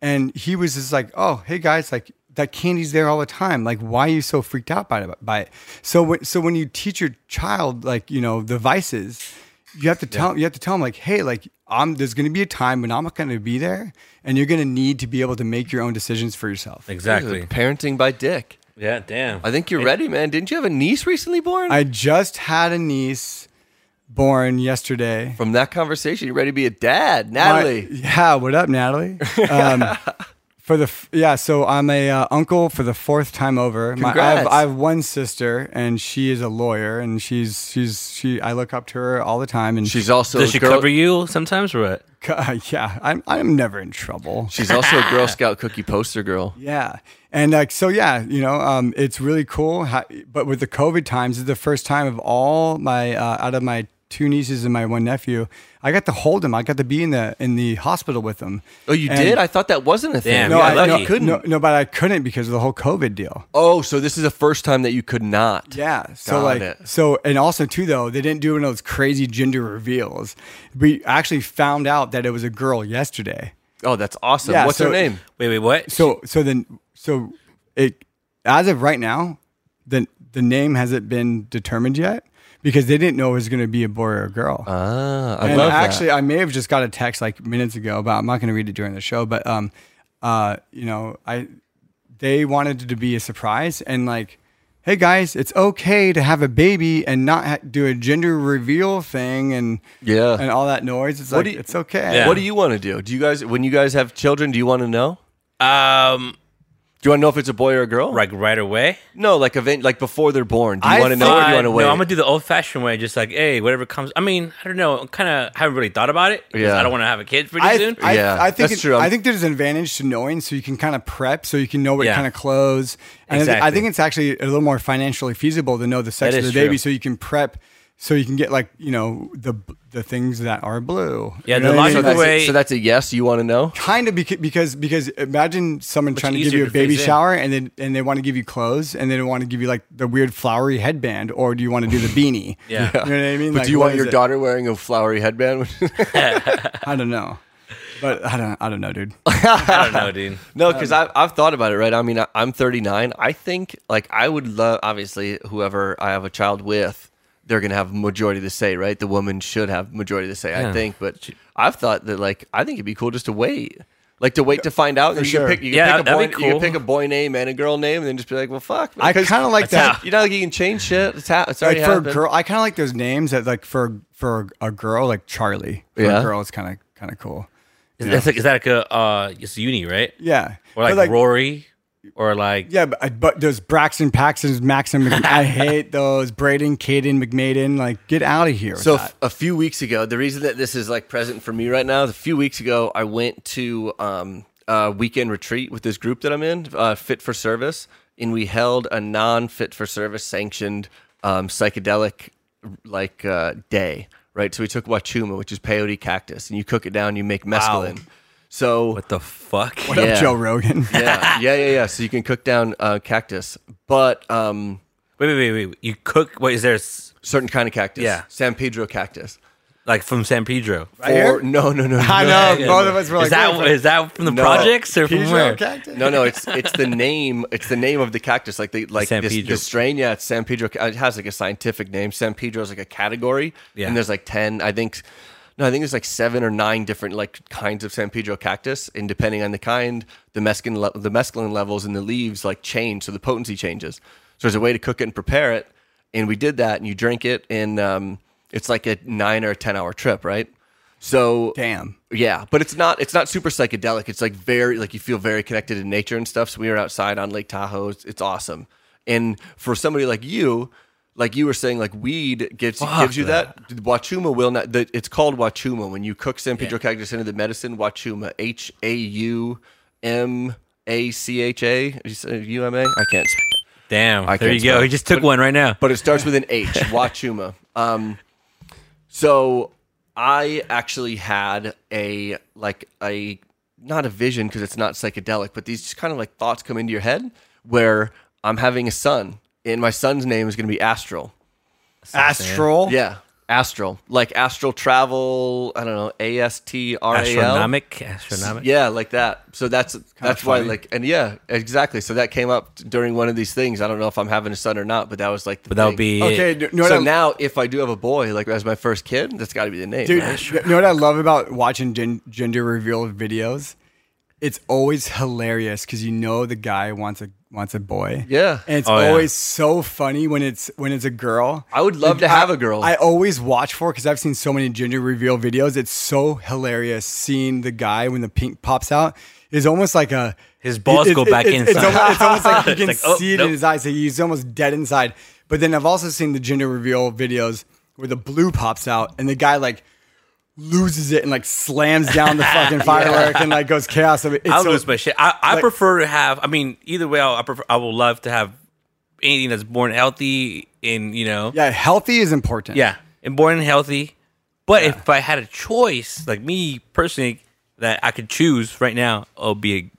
Speaker 6: and he was just like oh hey guys like that candy's there all the time like why are you so freaked out by it, by it? so when, so when you teach your child like you know the vices you have to tell you have to tell them like hey like I'm there's going to be a time when I'm not going to be there and you're going to need to be able to make your own decisions for yourself.
Speaker 5: Exactly.
Speaker 7: Parenting by dick.
Speaker 5: Yeah. Damn.
Speaker 7: I think you're ready, man. Didn't you have a niece recently born?
Speaker 6: I just had a niece born yesterday.
Speaker 7: From that conversation, you ready to be a dad,
Speaker 6: My-
Speaker 7: Natalie?
Speaker 6: yeah, what
Speaker 7: <laughs>
Speaker 6: up, Natalie? Um, for the f- yeah, so I'm a uh, uncle for the fourth time over. My, I, have,
Speaker 7: Congrats.
Speaker 6: I have one sister, and she is a lawyer, and she's she's she. I look up to her all the time, and
Speaker 7: She's also
Speaker 5: Does
Speaker 7: a
Speaker 5: she
Speaker 7: girl-
Speaker 5: cover you sometimes or what?
Speaker 6: <laughs> yeah, I'm I'm never in trouble.
Speaker 7: She's also a
Speaker 5: <laughs>
Speaker 7: Girl Scout cookie poster girl.
Speaker 6: Yeah. And like, so yeah, you know, um, it's really cool. How, but with the COVID times, this is the first time of all my, uh, out of my two nieces and my one nephew, I got to hold them. I got to be in the, in the hospital with them.
Speaker 7: Oh, you
Speaker 6: And-
Speaker 7: did? I thought that wasn't a thing.
Speaker 5: Damn,
Speaker 6: No,
Speaker 5: Yeah,
Speaker 6: I,
Speaker 5: lucky.
Speaker 6: no,
Speaker 5: You
Speaker 7: couldn't.
Speaker 6: No, no, but I couldn't because of the whole COVID deal.
Speaker 7: Oh, so this is the first time that you could not.
Speaker 6: Yeah. So
Speaker 7: Got
Speaker 6: like
Speaker 7: it.
Speaker 6: so and also too though, they didn't do one of those crazy gender reveals. We actually found out that it was a girl yesterday.
Speaker 7: Oh, that's awesome.
Speaker 6: Yeah,
Speaker 7: What's
Speaker 6: so-
Speaker 7: her name?
Speaker 5: Wait, wait, what?
Speaker 6: So so then so it as of right now, the the name hasn't been determined yet because they didn't know it was going to be a boy or a girl.
Speaker 7: Ah, I
Speaker 6: and
Speaker 7: love that.
Speaker 6: actually, I may have just got a text like minutes ago, but I'm not going to read it during the show. But um, uh, you know, I they wanted it to be a surprise and like. Hey guys, it's okay to have a baby and not ha- do a gender reveal thing and
Speaker 7: Yeah.
Speaker 6: and all that noise. It's
Speaker 7: What
Speaker 6: like
Speaker 7: do you-
Speaker 6: it's okay.
Speaker 5: Yeah.
Speaker 7: What do you want to do? Do you guys, when you guys have children, do you want to know?
Speaker 5: Um,
Speaker 7: Do you want to know if it's a boy or a girl?
Speaker 5: like right away.
Speaker 7: No, like event, like before they're born. Do you
Speaker 6: I
Speaker 7: want to know or do you
Speaker 5: Uh,
Speaker 7: want to wait?
Speaker 5: No, I'm gonna do the old fashioned way, just like, hey, whatever comes. I mean, I don't know. I kind of haven't really thought about it. 'cause
Speaker 7: Yeah.
Speaker 5: I don't want to have a kid pretty
Speaker 6: I,
Speaker 7: <laughs>
Speaker 5: soon.
Speaker 6: I,
Speaker 7: Yeah,
Speaker 6: I think
Speaker 7: that's
Speaker 6: it-
Speaker 7: true.
Speaker 6: I think there's an advantage to knowing, so you can kind of prep, so you can know what
Speaker 5: Yeah.
Speaker 6: kind of clothes. And I thi- I
Speaker 5: Exactly.
Speaker 6: think it's actually a little more financially feasible to know the sex
Speaker 5: That
Speaker 6: of the
Speaker 5: is
Speaker 6: baby,
Speaker 5: true.
Speaker 6: so you can prep, so you can get like you know the the things that are blue.
Speaker 5: Yeah,
Speaker 6: You
Speaker 5: the
Speaker 6: know what I mean?
Speaker 7: so,
Speaker 5: logical
Speaker 7: that's
Speaker 5: way-
Speaker 7: a, so that's a yes. You want to know?
Speaker 6: kind of beca- because because imagine someone trying to give
Speaker 5: easier
Speaker 6: you a
Speaker 5: to
Speaker 6: baby
Speaker 5: phase in.
Speaker 6: shower and then and they want to give you clothes and they don't want to give you like the weird flowery headband or do you want to do
Speaker 5: <laughs>
Speaker 6: the beanie?
Speaker 5: Yeah.
Speaker 6: you know what I mean.
Speaker 7: But
Speaker 6: Like,
Speaker 7: do you
Speaker 6: what
Speaker 7: want
Speaker 6: is
Speaker 7: your
Speaker 6: it?
Speaker 7: daughter wearing a flowery headband? <laughs>
Speaker 6: I don't know, but I don't I don't
Speaker 7: <laughs>
Speaker 6: know, dude.
Speaker 5: I don't know, dude.
Speaker 7: no, because I've, I've thought about it, right? I mean, I, I'm 39. I think, like, I would love, obviously, whoever I have a child with, they're going to have majority to say, right? The woman should have majority to say, I
Speaker 5: Yeah.
Speaker 7: think. But I've thought that, like, I think it'd be cool just to wait. Like to wait to find out, and you
Speaker 6: sure.
Speaker 7: can pick. You can
Speaker 5: Yeah,
Speaker 7: pick a boy,
Speaker 5: that'd be
Speaker 7: you can
Speaker 5: cool.
Speaker 7: pick a boy name and a girl name, and then just be like, "Well, fuck."
Speaker 6: I
Speaker 7: <laughs> because
Speaker 6: kinda like
Speaker 7: it's
Speaker 6: that.
Speaker 7: hap- You know, like you can change shit. It's, ha- it's
Speaker 6: like
Speaker 7: already
Speaker 6: for a
Speaker 7: happened.
Speaker 6: girl, I kind of like those names that like for for a girl like Charlie. For
Speaker 7: Yeah.
Speaker 6: a girl, it's kind of kind of cool.
Speaker 5: Is, that's like, is that like a uh, it's uni, right?
Speaker 6: Yeah,
Speaker 5: Or like,
Speaker 6: But,
Speaker 5: Rory, or like
Speaker 6: Yeah, but, I- but those Braxton Paxton's Maxim,
Speaker 7: <laughs>
Speaker 6: Mc- I hate those. Braden, Caden, McMaden, like get out of here. with
Speaker 7: So
Speaker 6: that.
Speaker 7: f- a few weeks ago, the reason that this is like present for me right now, is a few weeks ago, I went to um, a weekend retreat with this group that I'm in, uh, Fit for Service, and we held a non-fit for service sanctioned um, psychedelic like uh, day, right? So we took wachuma, which is peyote cactus, and you cook it down, you make mescaline. So
Speaker 5: what the fuck?
Speaker 6: What up,
Speaker 7: yeah.
Speaker 6: Joe Rogan. <laughs>
Speaker 7: yeah, yeah, yeah, yeah. So you can cook down uh, cactus, but um,
Speaker 5: Wait, wait, wait, wait. You cook? What is there? s-
Speaker 7: certain kind of cactus,
Speaker 5: Yeah.
Speaker 7: San Pedro cactus.
Speaker 5: Like from San Pedro?
Speaker 7: Or no, no,
Speaker 5: <laughs>
Speaker 7: no, no.
Speaker 6: I know.
Speaker 5: Yeah.
Speaker 6: both of us were like,
Speaker 5: is that
Speaker 6: "Wait,
Speaker 5: is that from the
Speaker 7: No.
Speaker 5: projects or
Speaker 6: Pedro
Speaker 5: from where?
Speaker 6: Cactus?
Speaker 7: No, no, it's it's the name. It's the name of the cactus, like the like
Speaker 5: San
Speaker 7: this,
Speaker 5: Pedro.
Speaker 7: the strain. Yeah, it's San Pedro. It has like a scientific name. San Pedro is like a category,
Speaker 5: Yeah.
Speaker 7: and there's like ten. I think, no, I think there's like seven or nine different like kinds of San Pedro cactus, and depending on the kind, the mescaline le- the mescaline levels in the leaves like change, so the potency changes. So there's a way to cook it and prepare it, and we did that, and you drink it, and um, it's like a nine or a ten hour trip, right? So
Speaker 6: Damn.
Speaker 7: yeah, but it's not it's not super psychedelic. It's like very like you feel very connected to nature and stuff. So we were outside on Lake Tahoe. It's, it's awesome. And for somebody like you, like you were saying, like weed gives gives you that. Wachuma will not. The, it's called Wachuma when you cook San Pedro cactus into the medicine. Wachuma, H A U M A C H A U M A. I can't. speak.
Speaker 5: Damn,
Speaker 7: I
Speaker 5: there
Speaker 7: can't
Speaker 5: you go.
Speaker 7: spell.
Speaker 5: <laughs> He just took one right now.
Speaker 7: But it starts with an H, Wachuma. Um, so I actually had a like a not a vision because it's not psychedelic, but these just kind of like thoughts come into your head where I'm having a son and my son's name is going to be Astral.
Speaker 6: Astral.
Speaker 7: Yeah, Astral. Like astral travel, I don't know, A S T R A L.
Speaker 5: Astronomic, astronomic.
Speaker 7: Yeah, like that. So that's that's why
Speaker 6: funny.
Speaker 7: like and yeah, exactly. So that came up during one of these things. I don't know if I'm having a son or not, but that was like the
Speaker 5: But that would
Speaker 7: thing.
Speaker 5: be
Speaker 6: Okay.
Speaker 5: okay.
Speaker 6: You know what
Speaker 7: so
Speaker 6: I-
Speaker 7: now if I do have a boy, like as my first kid, that's got to be the name.
Speaker 6: Dude,
Speaker 7: right?
Speaker 6: you know what I love about watching gen- gender reveal videos? It's always hilarious because you know the guy wants a wants a boy.
Speaker 7: Yeah.
Speaker 6: and it's
Speaker 5: Oh, yeah.
Speaker 6: always so funny when it's when it's a girl.
Speaker 7: I would love to have a girl.
Speaker 6: I always watch for because I've seen so many gender reveal videos. It's so hilarious seeing the guy when the pink pops out. It's almost like a
Speaker 5: His balls go back
Speaker 6: it's, It's
Speaker 5: inside.
Speaker 6: almost, it's
Speaker 5: <laughs>
Speaker 6: almost like you can
Speaker 5: like, oh,
Speaker 6: see it
Speaker 5: nope.
Speaker 6: in his eyes. Like he's almost dead inside. But then I've also seen the gender reveal videos where the blue pops out and the guy like loses it and like slams
Speaker 5: <laughs>
Speaker 6: down the fucking firework and like goes chaos. I mean, it's
Speaker 5: I'll
Speaker 6: so-
Speaker 5: lose my shit. I, I
Speaker 6: like-
Speaker 5: prefer to have. I mean, either way, I'll, I prefer. I will love to have anything that's born healthy and you know,
Speaker 6: Yeah, healthy is important.
Speaker 5: yeah, and born healthy. But if I had a choice, like me personally, that I could choose right now, it'll be a,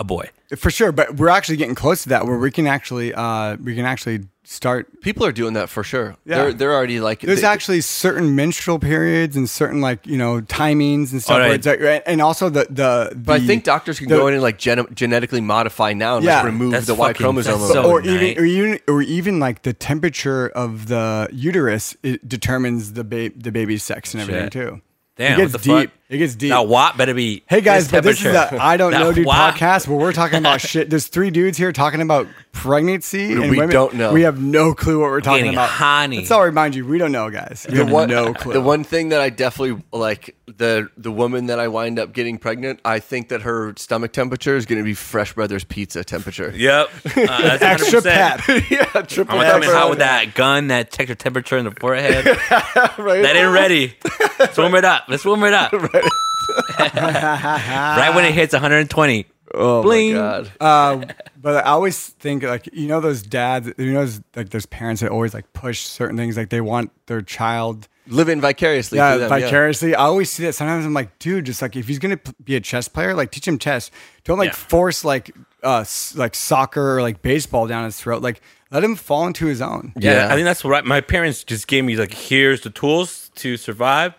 Speaker 5: a boy.
Speaker 6: for sure. But we're actually getting close to that where we can actually uh we can actually start
Speaker 7: People are doing that for sure.
Speaker 6: Yeah.
Speaker 7: They're they're already like
Speaker 6: There's
Speaker 7: they-
Speaker 6: actually certain menstrual periods and certain like you know timings and stuff.
Speaker 5: All
Speaker 6: where
Speaker 5: right.
Speaker 6: it's like- and- and also the the.
Speaker 7: But I
Speaker 6: the-
Speaker 7: think doctors can
Speaker 6: the-
Speaker 7: go in and like gen- genetically modify now and
Speaker 6: Yeah.
Speaker 7: like remove
Speaker 5: That's
Speaker 7: the Y
Speaker 5: fucking-
Speaker 7: chromosome.
Speaker 5: that's so-
Speaker 6: or
Speaker 5: night.
Speaker 6: even, or even or even like the temperature of the uterus it determines the ba- the baby's sex and everything
Speaker 5: Shit.
Speaker 6: too.
Speaker 5: Damn,
Speaker 6: it gets
Speaker 5: what the
Speaker 6: deep.
Speaker 5: fuck?
Speaker 6: It gets deep.
Speaker 5: Now, what better be?
Speaker 6: Hey guys, but this is
Speaker 5: temperature.
Speaker 6: the
Speaker 5: <laughs>
Speaker 6: I don't
Speaker 5: That
Speaker 6: know dude
Speaker 5: what?
Speaker 6: podcast where we're talking about shit. There's three dudes here talking about pregnancy. And
Speaker 7: We
Speaker 6: women.
Speaker 7: don't know.
Speaker 6: We have no clue what we're talking
Speaker 5: Getting
Speaker 6: about.
Speaker 5: honey.
Speaker 6: That's all. I Remind you, we don't know, guys. We
Speaker 7: <laughs> the
Speaker 6: have
Speaker 7: one,
Speaker 6: no clue.
Speaker 7: the one thing that I definitely like the the woman that I wind up getting pregnant, I think that her stomach temperature is going to be Fresh Brothers pizza temperature.
Speaker 5: Yep,
Speaker 6: <laughs>
Speaker 5: uh, that's
Speaker 6: extra
Speaker 5: <laughs> 100%.
Speaker 6: pep.
Speaker 7: yeah, triple.
Speaker 5: I'm gonna come in
Speaker 7: pepper.
Speaker 5: hot with that gun that checks your temperature in the
Speaker 6: <laughs>
Speaker 5: forehead. That ain't ready. Let's warm it up. Let's warm it
Speaker 6: <laughs>
Speaker 5: up. <laughs> right. when it hits 120.
Speaker 7: Oh
Speaker 5: Bling.
Speaker 7: my god.
Speaker 6: Uh, but I always think like you know those dads, you know those, like those parents that always like push certain things, like they want their child
Speaker 7: Living vicariously.
Speaker 6: yeah,
Speaker 7: through them,
Speaker 6: vicariously. I always see that. Sometimes I'm like, dude, just like if he's gonna p- be a chess player, like teach him chess. Don't like
Speaker 5: Yeah.
Speaker 6: force like uh s- like soccer or like baseball down his throat. Like let him fall into his own.
Speaker 7: Yeah.
Speaker 5: I think that's right. My parents just gave me like, here's the tools to survive.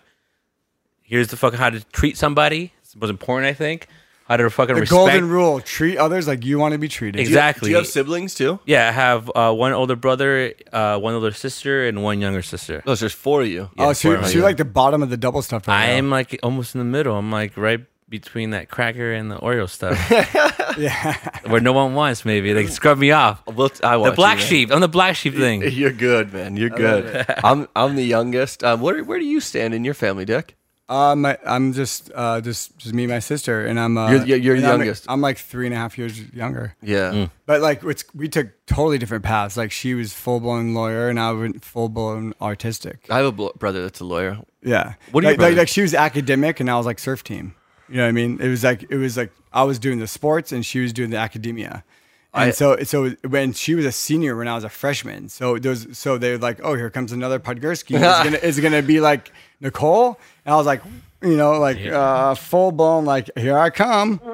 Speaker 5: Here's the fucking how to treat somebody. It was important, I think. How to fucking
Speaker 6: The
Speaker 5: respect.
Speaker 6: golden rule: treat others like you want to be treated.
Speaker 5: Exactly.
Speaker 7: Do you have siblings too?
Speaker 5: yeah, I have uh, one older brother, uh, one older sister, and one younger sister.
Speaker 7: No, there's four of you.
Speaker 6: Oh, so,
Speaker 5: for
Speaker 6: you're, so you're
Speaker 5: you.
Speaker 6: like the bottom of the double stuff.
Speaker 5: I
Speaker 6: right now.
Speaker 5: am like almost in the middle. I'm like right between that cracker and the Oreo
Speaker 6: <laughs>
Speaker 5: stuff. Where no one wants, maybe. They scrub me off.
Speaker 7: Well, I
Speaker 5: The
Speaker 7: want
Speaker 5: black
Speaker 7: you, man.
Speaker 5: sheep. I'm the black
Speaker 7: <laughs>
Speaker 5: sheep
Speaker 6: <laughs>
Speaker 5: thing.
Speaker 7: You're good, man. You're good. <laughs> I'm I'm the youngest. Um, where where do you stand in your family, Dick?
Speaker 6: Um, I, I'm just, uh, just, just me, and my sister, and I'm. Uh,
Speaker 7: You're- you're- you're
Speaker 6: and I'm-
Speaker 7: youngest.
Speaker 6: I'm, like three and a half years younger,
Speaker 7: Yeah.
Speaker 6: but like it's, we took totally different paths. Like she was full blown lawyer, and I went full blown artistic.
Speaker 7: I have a bl- brother that's a lawyer.
Speaker 6: Yeah.
Speaker 7: What are your
Speaker 6: like, like,
Speaker 7: brothers?
Speaker 6: like she was academic, and I was like surf team. You know what I mean? It was like it was like I was doing the sports, and she was doing the academia. And
Speaker 7: I-
Speaker 6: so, so when she was a senior, when I was a freshman, so there was, so they were like, "Oh, here comes another Podgorski. Is it gonna, is it gonna be like Nicole?" And I was like, you know, like uh, full blown, like here I come. <laughs>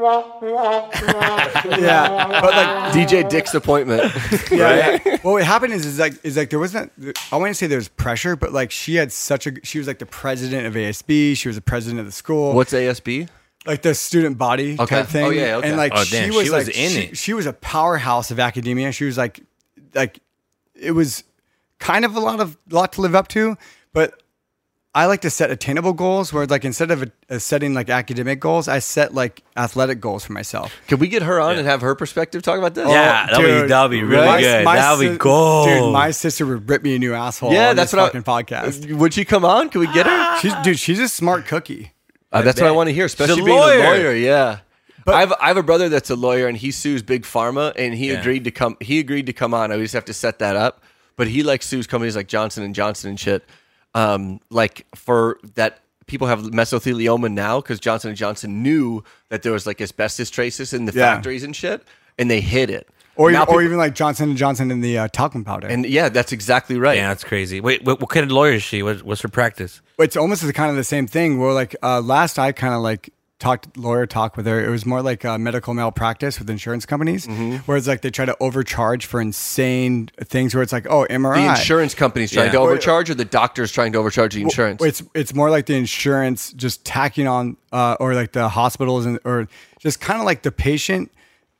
Speaker 6: yeah, but like
Speaker 7: <laughs> DJ Dick's appointment.
Speaker 6: yeah, yeah. Well, <laughs> what happened is, is like, is like there wasn't. I wouldn't say there was pressure, but like she had such a. She was like the president of ASB. She was the president of the school.
Speaker 7: <laughs> What's ASB?
Speaker 6: like the student body
Speaker 7: Okay.
Speaker 6: type thing?
Speaker 7: Oh, yeah, okay.
Speaker 6: And like
Speaker 5: Oh,
Speaker 6: she,
Speaker 5: damn,
Speaker 6: was
Speaker 5: she was
Speaker 6: like
Speaker 5: in
Speaker 6: she,
Speaker 5: it.
Speaker 6: she was a powerhouse of academia. She was like, like it was kind of a lot of lot to live up to, but. I like to set attainable goals where, like, instead of uh, setting like academic goals, I set like athletic goals for myself.
Speaker 7: Can we get her on and have her perspective talk about this?
Speaker 5: Yeah, that'll be-
Speaker 6: dude,
Speaker 5: that'll be really
Speaker 6: my-
Speaker 5: good.
Speaker 6: my
Speaker 5: That'll be
Speaker 6: sis-
Speaker 5: gold.
Speaker 6: Dude, my sister would rip me a new asshole.
Speaker 7: Yeah,
Speaker 6: Oh, on
Speaker 7: that's
Speaker 6: this
Speaker 7: what
Speaker 6: fucking
Speaker 7: I, <laughs>
Speaker 6: podcast. Ah,
Speaker 7: Would she come on? Can we get her?
Speaker 6: She's dude, she's a smart cookie.
Speaker 7: Uh, that's what I want to hear, especially
Speaker 5: a
Speaker 7: being
Speaker 5: lawyer.
Speaker 7: a lawyer. Yeah. I have I have a brother that's a lawyer and he sues big pharma and he
Speaker 5: Yeah.
Speaker 7: agreed to come he agreed to come on. I just have to set that up. But he like sues companies like Johnson and Johnson and shit. Um, like for that people have mesothelioma now because Johnson and Johnson knew that there was like asbestos traces in the
Speaker 6: Yeah.
Speaker 7: factories and shit, and they hid it.
Speaker 6: or
Speaker 7: Now
Speaker 6: even,
Speaker 7: people-
Speaker 6: or even like Johnson and Johnson in the uh, talcum powder. And
Speaker 7: And yeah, that's exactly right.
Speaker 5: Yeah, that's crazy. Wait, what, what kind of lawyer is she? What, what's her practice?
Speaker 6: it's almost the- kind of the same thing. Where like uh, last I kind of like talked lawyer talk with her. It was more like uh, medical malpractice with insurance companies,
Speaker 7: Mm-hmm.
Speaker 6: where it's like they try to overcharge for insane things. Where it's like, oh, MRI.
Speaker 7: The insurance company's trying
Speaker 5: Yeah.
Speaker 7: to overcharge, or the doctor's trying to overcharge the insurance.
Speaker 6: It's it's more like the insurance just tacking on, uh, or like the hospitals, and or just kind of like the patient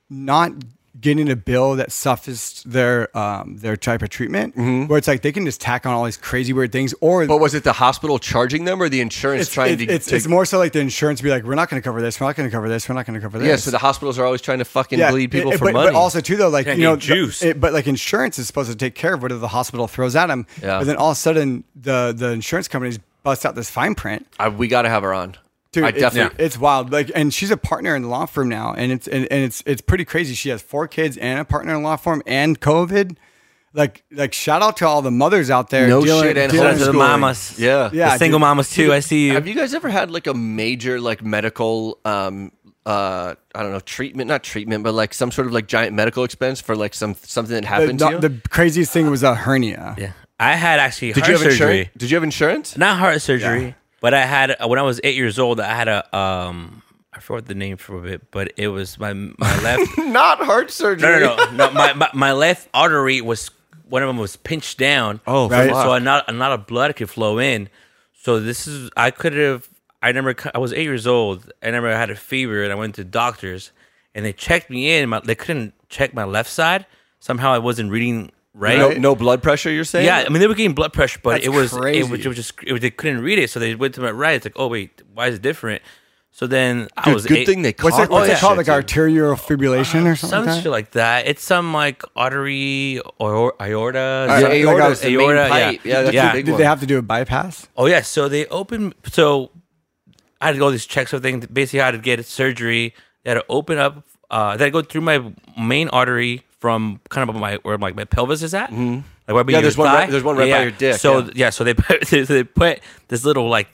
Speaker 6: not getting a bill that sufficed their um, their type of treatment. Where it's like they can just tack on all these crazy weird things, or
Speaker 7: Mm-hmm. but was it the hospital charging them, or the insurance
Speaker 6: it's,
Speaker 7: trying
Speaker 6: it's,
Speaker 7: to?
Speaker 6: it's,
Speaker 7: to
Speaker 6: it's more so like the insurance be like, we're not going to cover this, we're not going to cover this, we're not going to cover this.
Speaker 7: yeah, so the hospitals are always trying to fucking bleed people
Speaker 6: it-
Speaker 7: for
Speaker 6: but,
Speaker 7: money.
Speaker 6: But also too though, like
Speaker 5: Yeah,
Speaker 6: you know,
Speaker 5: need juice.
Speaker 6: it- but like insurance is supposed to take care of whatever the hospital throws at them.
Speaker 7: Yeah.
Speaker 6: But then all of a sudden, the the insurance companies bust out this fine print.
Speaker 7: I, we got to have her on.
Speaker 6: Dude,
Speaker 7: I
Speaker 6: it's-
Speaker 7: definitely.
Speaker 6: it's wild. Like, and she's a partner in the law firm now, and it's and, and it's it's pretty crazy. She has four kids and a partner in law firm and COVID. Like, like shout out to all the mothers out there.
Speaker 7: No
Speaker 6: dealing-
Speaker 7: shit, and
Speaker 6: dealing
Speaker 5: Shout out to the
Speaker 6: schooling.
Speaker 5: mamas.
Speaker 7: Yeah.
Speaker 6: Yeah,
Speaker 5: the single
Speaker 6: dude.
Speaker 5: mamas too. I see you.
Speaker 7: Have you guys ever had like a major like medical um uh I don't know treatment not treatment but like some sort of like giant medical expense for like some something that
Speaker 6: The,
Speaker 7: happened to you?
Speaker 6: the, the craziest thing was a hernia.
Speaker 5: yeah, I had actually
Speaker 7: Did
Speaker 5: heart
Speaker 7: you have
Speaker 5: surgery.
Speaker 7: insurance? Did you have insurance?
Speaker 5: Not heart surgery, but I had uh, when I was eight years old. I had a um, I forgot the name for it, but it was my my
Speaker 7: <laughs>
Speaker 5: left.
Speaker 7: Not heart surgery.
Speaker 5: no, no, no, no. My, my my left artery was one of them was pinched down.
Speaker 7: Oh,
Speaker 6: Right.
Speaker 5: so a lot, a lot of blood could flow in. So this is I could have. I remember c- I was eight years old. I remember I had a fever and I went to doctors and they checked me in. My, they couldn't check my left side. Somehow I wasn't reading right.
Speaker 7: No, no blood pressure. You're saying?
Speaker 5: Yeah, I mean they were getting blood pressure, but
Speaker 6: That's
Speaker 5: it was,
Speaker 6: crazy.
Speaker 5: it was it was just it was, they couldn't read it, so they went to my right. It's like, oh wait, why is it different? So then I
Speaker 7: Dude,
Speaker 5: was
Speaker 7: good
Speaker 5: eight-
Speaker 7: thing they
Speaker 6: What's
Speaker 7: caught
Speaker 6: it, what's
Speaker 5: that
Speaker 6: it called?
Speaker 7: shit,
Speaker 6: Like arterial fibrillation or something?
Speaker 5: some
Speaker 6: like that?
Speaker 5: shit like that. It's some like artery or aorta.
Speaker 7: Yeah,
Speaker 5: something-
Speaker 6: aorta
Speaker 5: like
Speaker 6: is
Speaker 7: the main pipe. Yeah, that's
Speaker 5: yeah.
Speaker 7: the big
Speaker 6: Did
Speaker 7: one.
Speaker 6: they have to do a bypass?
Speaker 5: Oh yeah, so they open. So I had to go all these checks of things. Basically, I had to get surgery. They had to open up. Uh, they had to go through my main artery from kind of my where like my pelvis is at. Mm-hmm. Like where my
Speaker 7: Yeah,
Speaker 5: your
Speaker 7: there's one
Speaker 5: thigh.
Speaker 7: right- there's one right by your dick,
Speaker 5: So
Speaker 7: yeah.
Speaker 5: yeah, so they <laughs> put, so they put this little like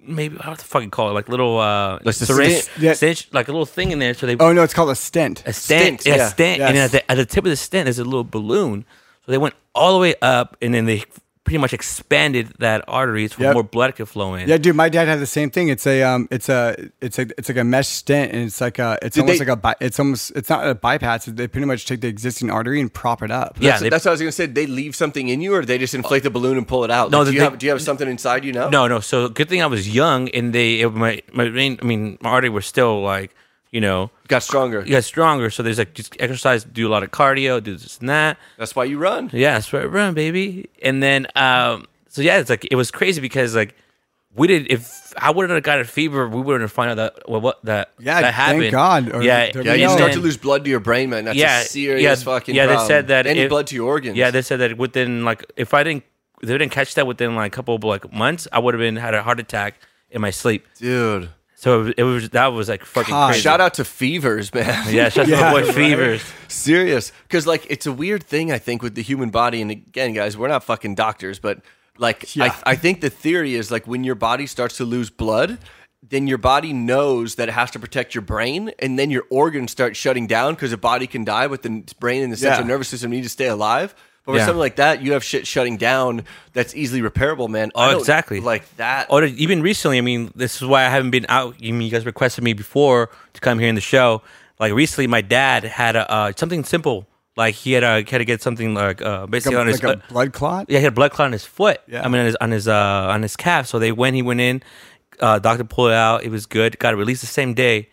Speaker 5: maybe I don't know what to fucking call it like little uh
Speaker 7: Like the
Speaker 5: syringe,
Speaker 7: stent-
Speaker 6: Yeah.
Speaker 5: cinch, like a little thing in there. So they
Speaker 6: Oh no, it's called a stent.
Speaker 5: a stent,
Speaker 7: Stent,
Speaker 5: yeah,
Speaker 7: yeah.
Speaker 5: stent, and then
Speaker 6: Yes.
Speaker 5: at the, at the tip of the stent there's a little balloon. So they went all the way up, and then they pretty much expanded that artery so
Speaker 6: Yep.
Speaker 5: more blood could flow in.
Speaker 6: Yeah, dude, my dad had the same thing. It's a um, it's a it's a it's like a mesh stent, and it's like a it's almost
Speaker 7: they-
Speaker 6: like a bi- it's almost it's not a bypass. They pretty much take the existing artery and prop it up.
Speaker 5: yeah,
Speaker 7: That's,
Speaker 5: they-
Speaker 7: that's what I was gonna say. Did They leave something in you, or they just inflate the balloon and pull it out.
Speaker 5: No,
Speaker 7: Like, do
Speaker 5: they-
Speaker 7: you
Speaker 5: they-
Speaker 7: have do you have something inside you now?
Speaker 5: no, no. So good thing I was young, and they it, my my main, I mean my artery was still like you know
Speaker 7: got stronger.
Speaker 5: you got stronger. So there's like just exercise, do a lot of cardio, do this and that.
Speaker 7: That's why you run.
Speaker 5: Yeah, that's right, run, baby. And then, um, so yeah, it's like it was crazy because like we did. If I wouldn't have got a fever, we wouldn't have found out that well, what that
Speaker 6: Yeah,
Speaker 5: that
Speaker 6: thank
Speaker 5: happened.
Speaker 6: God, or
Speaker 5: yeah,
Speaker 6: there-
Speaker 7: Yeah, you
Speaker 6: No.
Speaker 5: and
Speaker 7: start to
Speaker 5: then-
Speaker 7: lose blood to your brain, man. That's
Speaker 5: Yeah,
Speaker 7: a serious
Speaker 5: yeah,
Speaker 7: fucking
Speaker 5: yeah.
Speaker 7: problem.
Speaker 5: They said that
Speaker 7: any
Speaker 5: if-
Speaker 7: blood to your organs.
Speaker 5: Yeah, they said that within like if I didn't if they didn't catch that within like a couple of like months, I would have been had a heart attack in my sleep.
Speaker 7: dude.
Speaker 5: So it was that was like fucking
Speaker 6: God.
Speaker 5: crazy.
Speaker 7: Shout out to fevers, man.
Speaker 5: Yeah, shout out
Speaker 6: Yeah,
Speaker 7: <laughs>
Speaker 5: to my boy
Speaker 6: right.
Speaker 5: Fevers.
Speaker 7: serious. Because like it's a weird thing I think with the human body. And again, guys, we're not fucking doctors, but like
Speaker 6: Yeah.
Speaker 7: I, I think the theory is like when your body starts to lose blood. Then your body knows that it has to protect your brain, and then your organs start shutting down because the body can die, but the n- brain and the central
Speaker 6: Yeah.
Speaker 7: nervous system need to stay alive. But with
Speaker 5: Yeah.
Speaker 7: something like that, you have shit shutting down that's easily repairable, man. I
Speaker 5: Oh,
Speaker 7: don't-
Speaker 5: exactly. Oh,
Speaker 7: Like that.
Speaker 5: Or even recently, I mean, this is why I haven't been out. I mean, you guys requested me before to come here in the show. Like recently, my dad had a, uh, something simple. Like he had uh, had to get something like uh,
Speaker 6: like
Speaker 5: basically
Speaker 6: a,
Speaker 5: on his
Speaker 6: like a
Speaker 5: uh,
Speaker 6: blood clot.
Speaker 5: yeah, he had a blood clot on his foot.
Speaker 6: Yeah.
Speaker 5: I mean, on his on his, uh, on his calf. So they when he went in, uh, doctor pulled it out. It was good. Got it released the same day.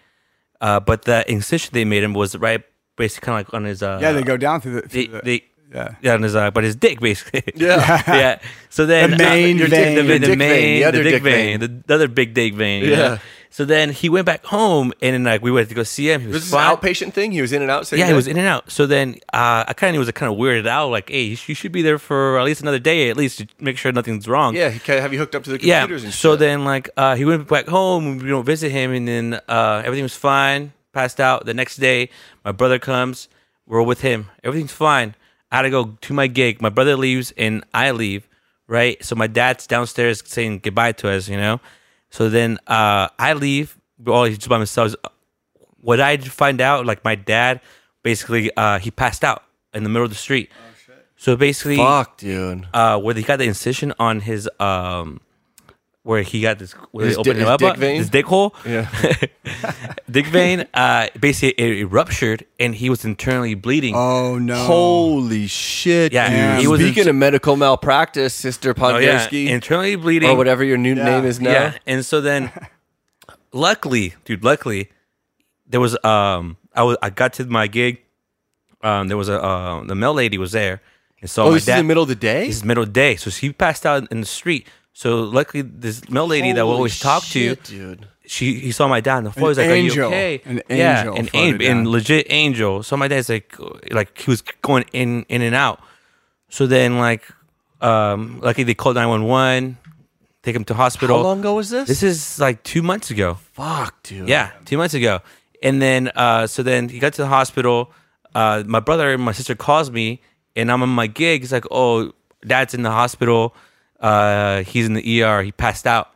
Speaker 5: Uh, but the incision they made him was right, basically kind of like on his. Uh,
Speaker 6: Yeah, they go down through the, through
Speaker 5: They,
Speaker 6: the,
Speaker 5: they,
Speaker 6: yeah.
Speaker 5: yeah, on his uh, but his dick basically.
Speaker 7: <laughs> Yeah.
Speaker 5: <laughs> yeah. So then uh,
Speaker 6: The main
Speaker 5: your dick-
Speaker 6: vein.
Speaker 5: the, the
Speaker 7: Dick
Speaker 5: main,
Speaker 7: vein, the
Speaker 5: the
Speaker 7: other
Speaker 5: dick
Speaker 7: dick
Speaker 5: vein,
Speaker 7: vein.
Speaker 5: the, the other big dick vein. you
Speaker 7: Yeah.
Speaker 5: know? So then he went back home, and then like we went to go see him. He was,
Speaker 7: Was this an
Speaker 5: fine.
Speaker 7: outpatient thing? He was in and out. so
Speaker 5: Yeah, he was in and out. So then uh, I kind of was kind of weirded out. Like, hey, you sh- you should be there for at least another day, at least to make sure nothing's wrong.
Speaker 7: Yeah, he ca- have you hooked up to the
Speaker 5: yeah.
Speaker 7: computers and
Speaker 5: so
Speaker 7: shit?
Speaker 5: then like uh, he went back home. We don't visit him, and then uh, everything was fine. Passed out. The next day, my brother comes. We're with him. Everything's fine. I had to go to my gig. My brother leaves, and I leave. Right. So my dad's downstairs saying goodbye to us. You know. So then uh, I leave. All he's by himself. What I find out, like my dad basically uh, he passed out in the middle of the street.
Speaker 7: Oh,
Speaker 5: So basically,
Speaker 7: Fuck, dude.
Speaker 5: uh, where he got the incision on his um, where he got this where
Speaker 7: His
Speaker 5: they opened
Speaker 7: di-
Speaker 5: him
Speaker 7: his
Speaker 5: up
Speaker 7: dick
Speaker 5: uh,
Speaker 7: vein?
Speaker 5: his dick hole,
Speaker 7: Yeah.
Speaker 5: <laughs> dick vein. Uh, basically, it, it ruptured and he was internally bleeding.
Speaker 6: Oh no.
Speaker 7: Holy shit.
Speaker 5: Yeah,
Speaker 7: dude.
Speaker 5: he was
Speaker 7: Speaking
Speaker 5: in-
Speaker 7: of medical malpractice, Sister
Speaker 5: Oh, yeah,
Speaker 7: Pondersky,
Speaker 5: internally bleeding
Speaker 7: or whatever your new name is now.
Speaker 5: Yeah, and so
Speaker 7: <laughs>
Speaker 5: then, luckily, dude, luckily, there was um, I was I got to my gig. Um, there was a uh, the mail lady was there, and so
Speaker 7: Oh,
Speaker 5: my
Speaker 7: this is
Speaker 5: dad-
Speaker 7: in the middle of the day?
Speaker 5: This is middle of the day, so she passed out in the street. So luckily, this mail lady that we
Speaker 7: Holy
Speaker 5: always talk to,
Speaker 7: shit, dude.
Speaker 5: she he saw my dad on the floor. He's like, "Are you
Speaker 6: angel.
Speaker 5: okay?"
Speaker 6: An
Speaker 5: yeah,
Speaker 6: angel
Speaker 5: an
Speaker 6: floated
Speaker 5: an-
Speaker 6: down.
Speaker 5: legit angel. So my dad's like, like he was going in in and out. So then, like, um, luckily they called nine one one, take him to hospital.
Speaker 7: How long ago was this?
Speaker 5: This is like two months ago.
Speaker 7: Fuck, dude.
Speaker 5: Yeah, two months ago. And then, uh, so then he got to the hospital. Uh, my brother and my sister calls me, and I'm on my gig. It's like, oh, dad's in the hospital. Uh, he's in the ER. He passed out.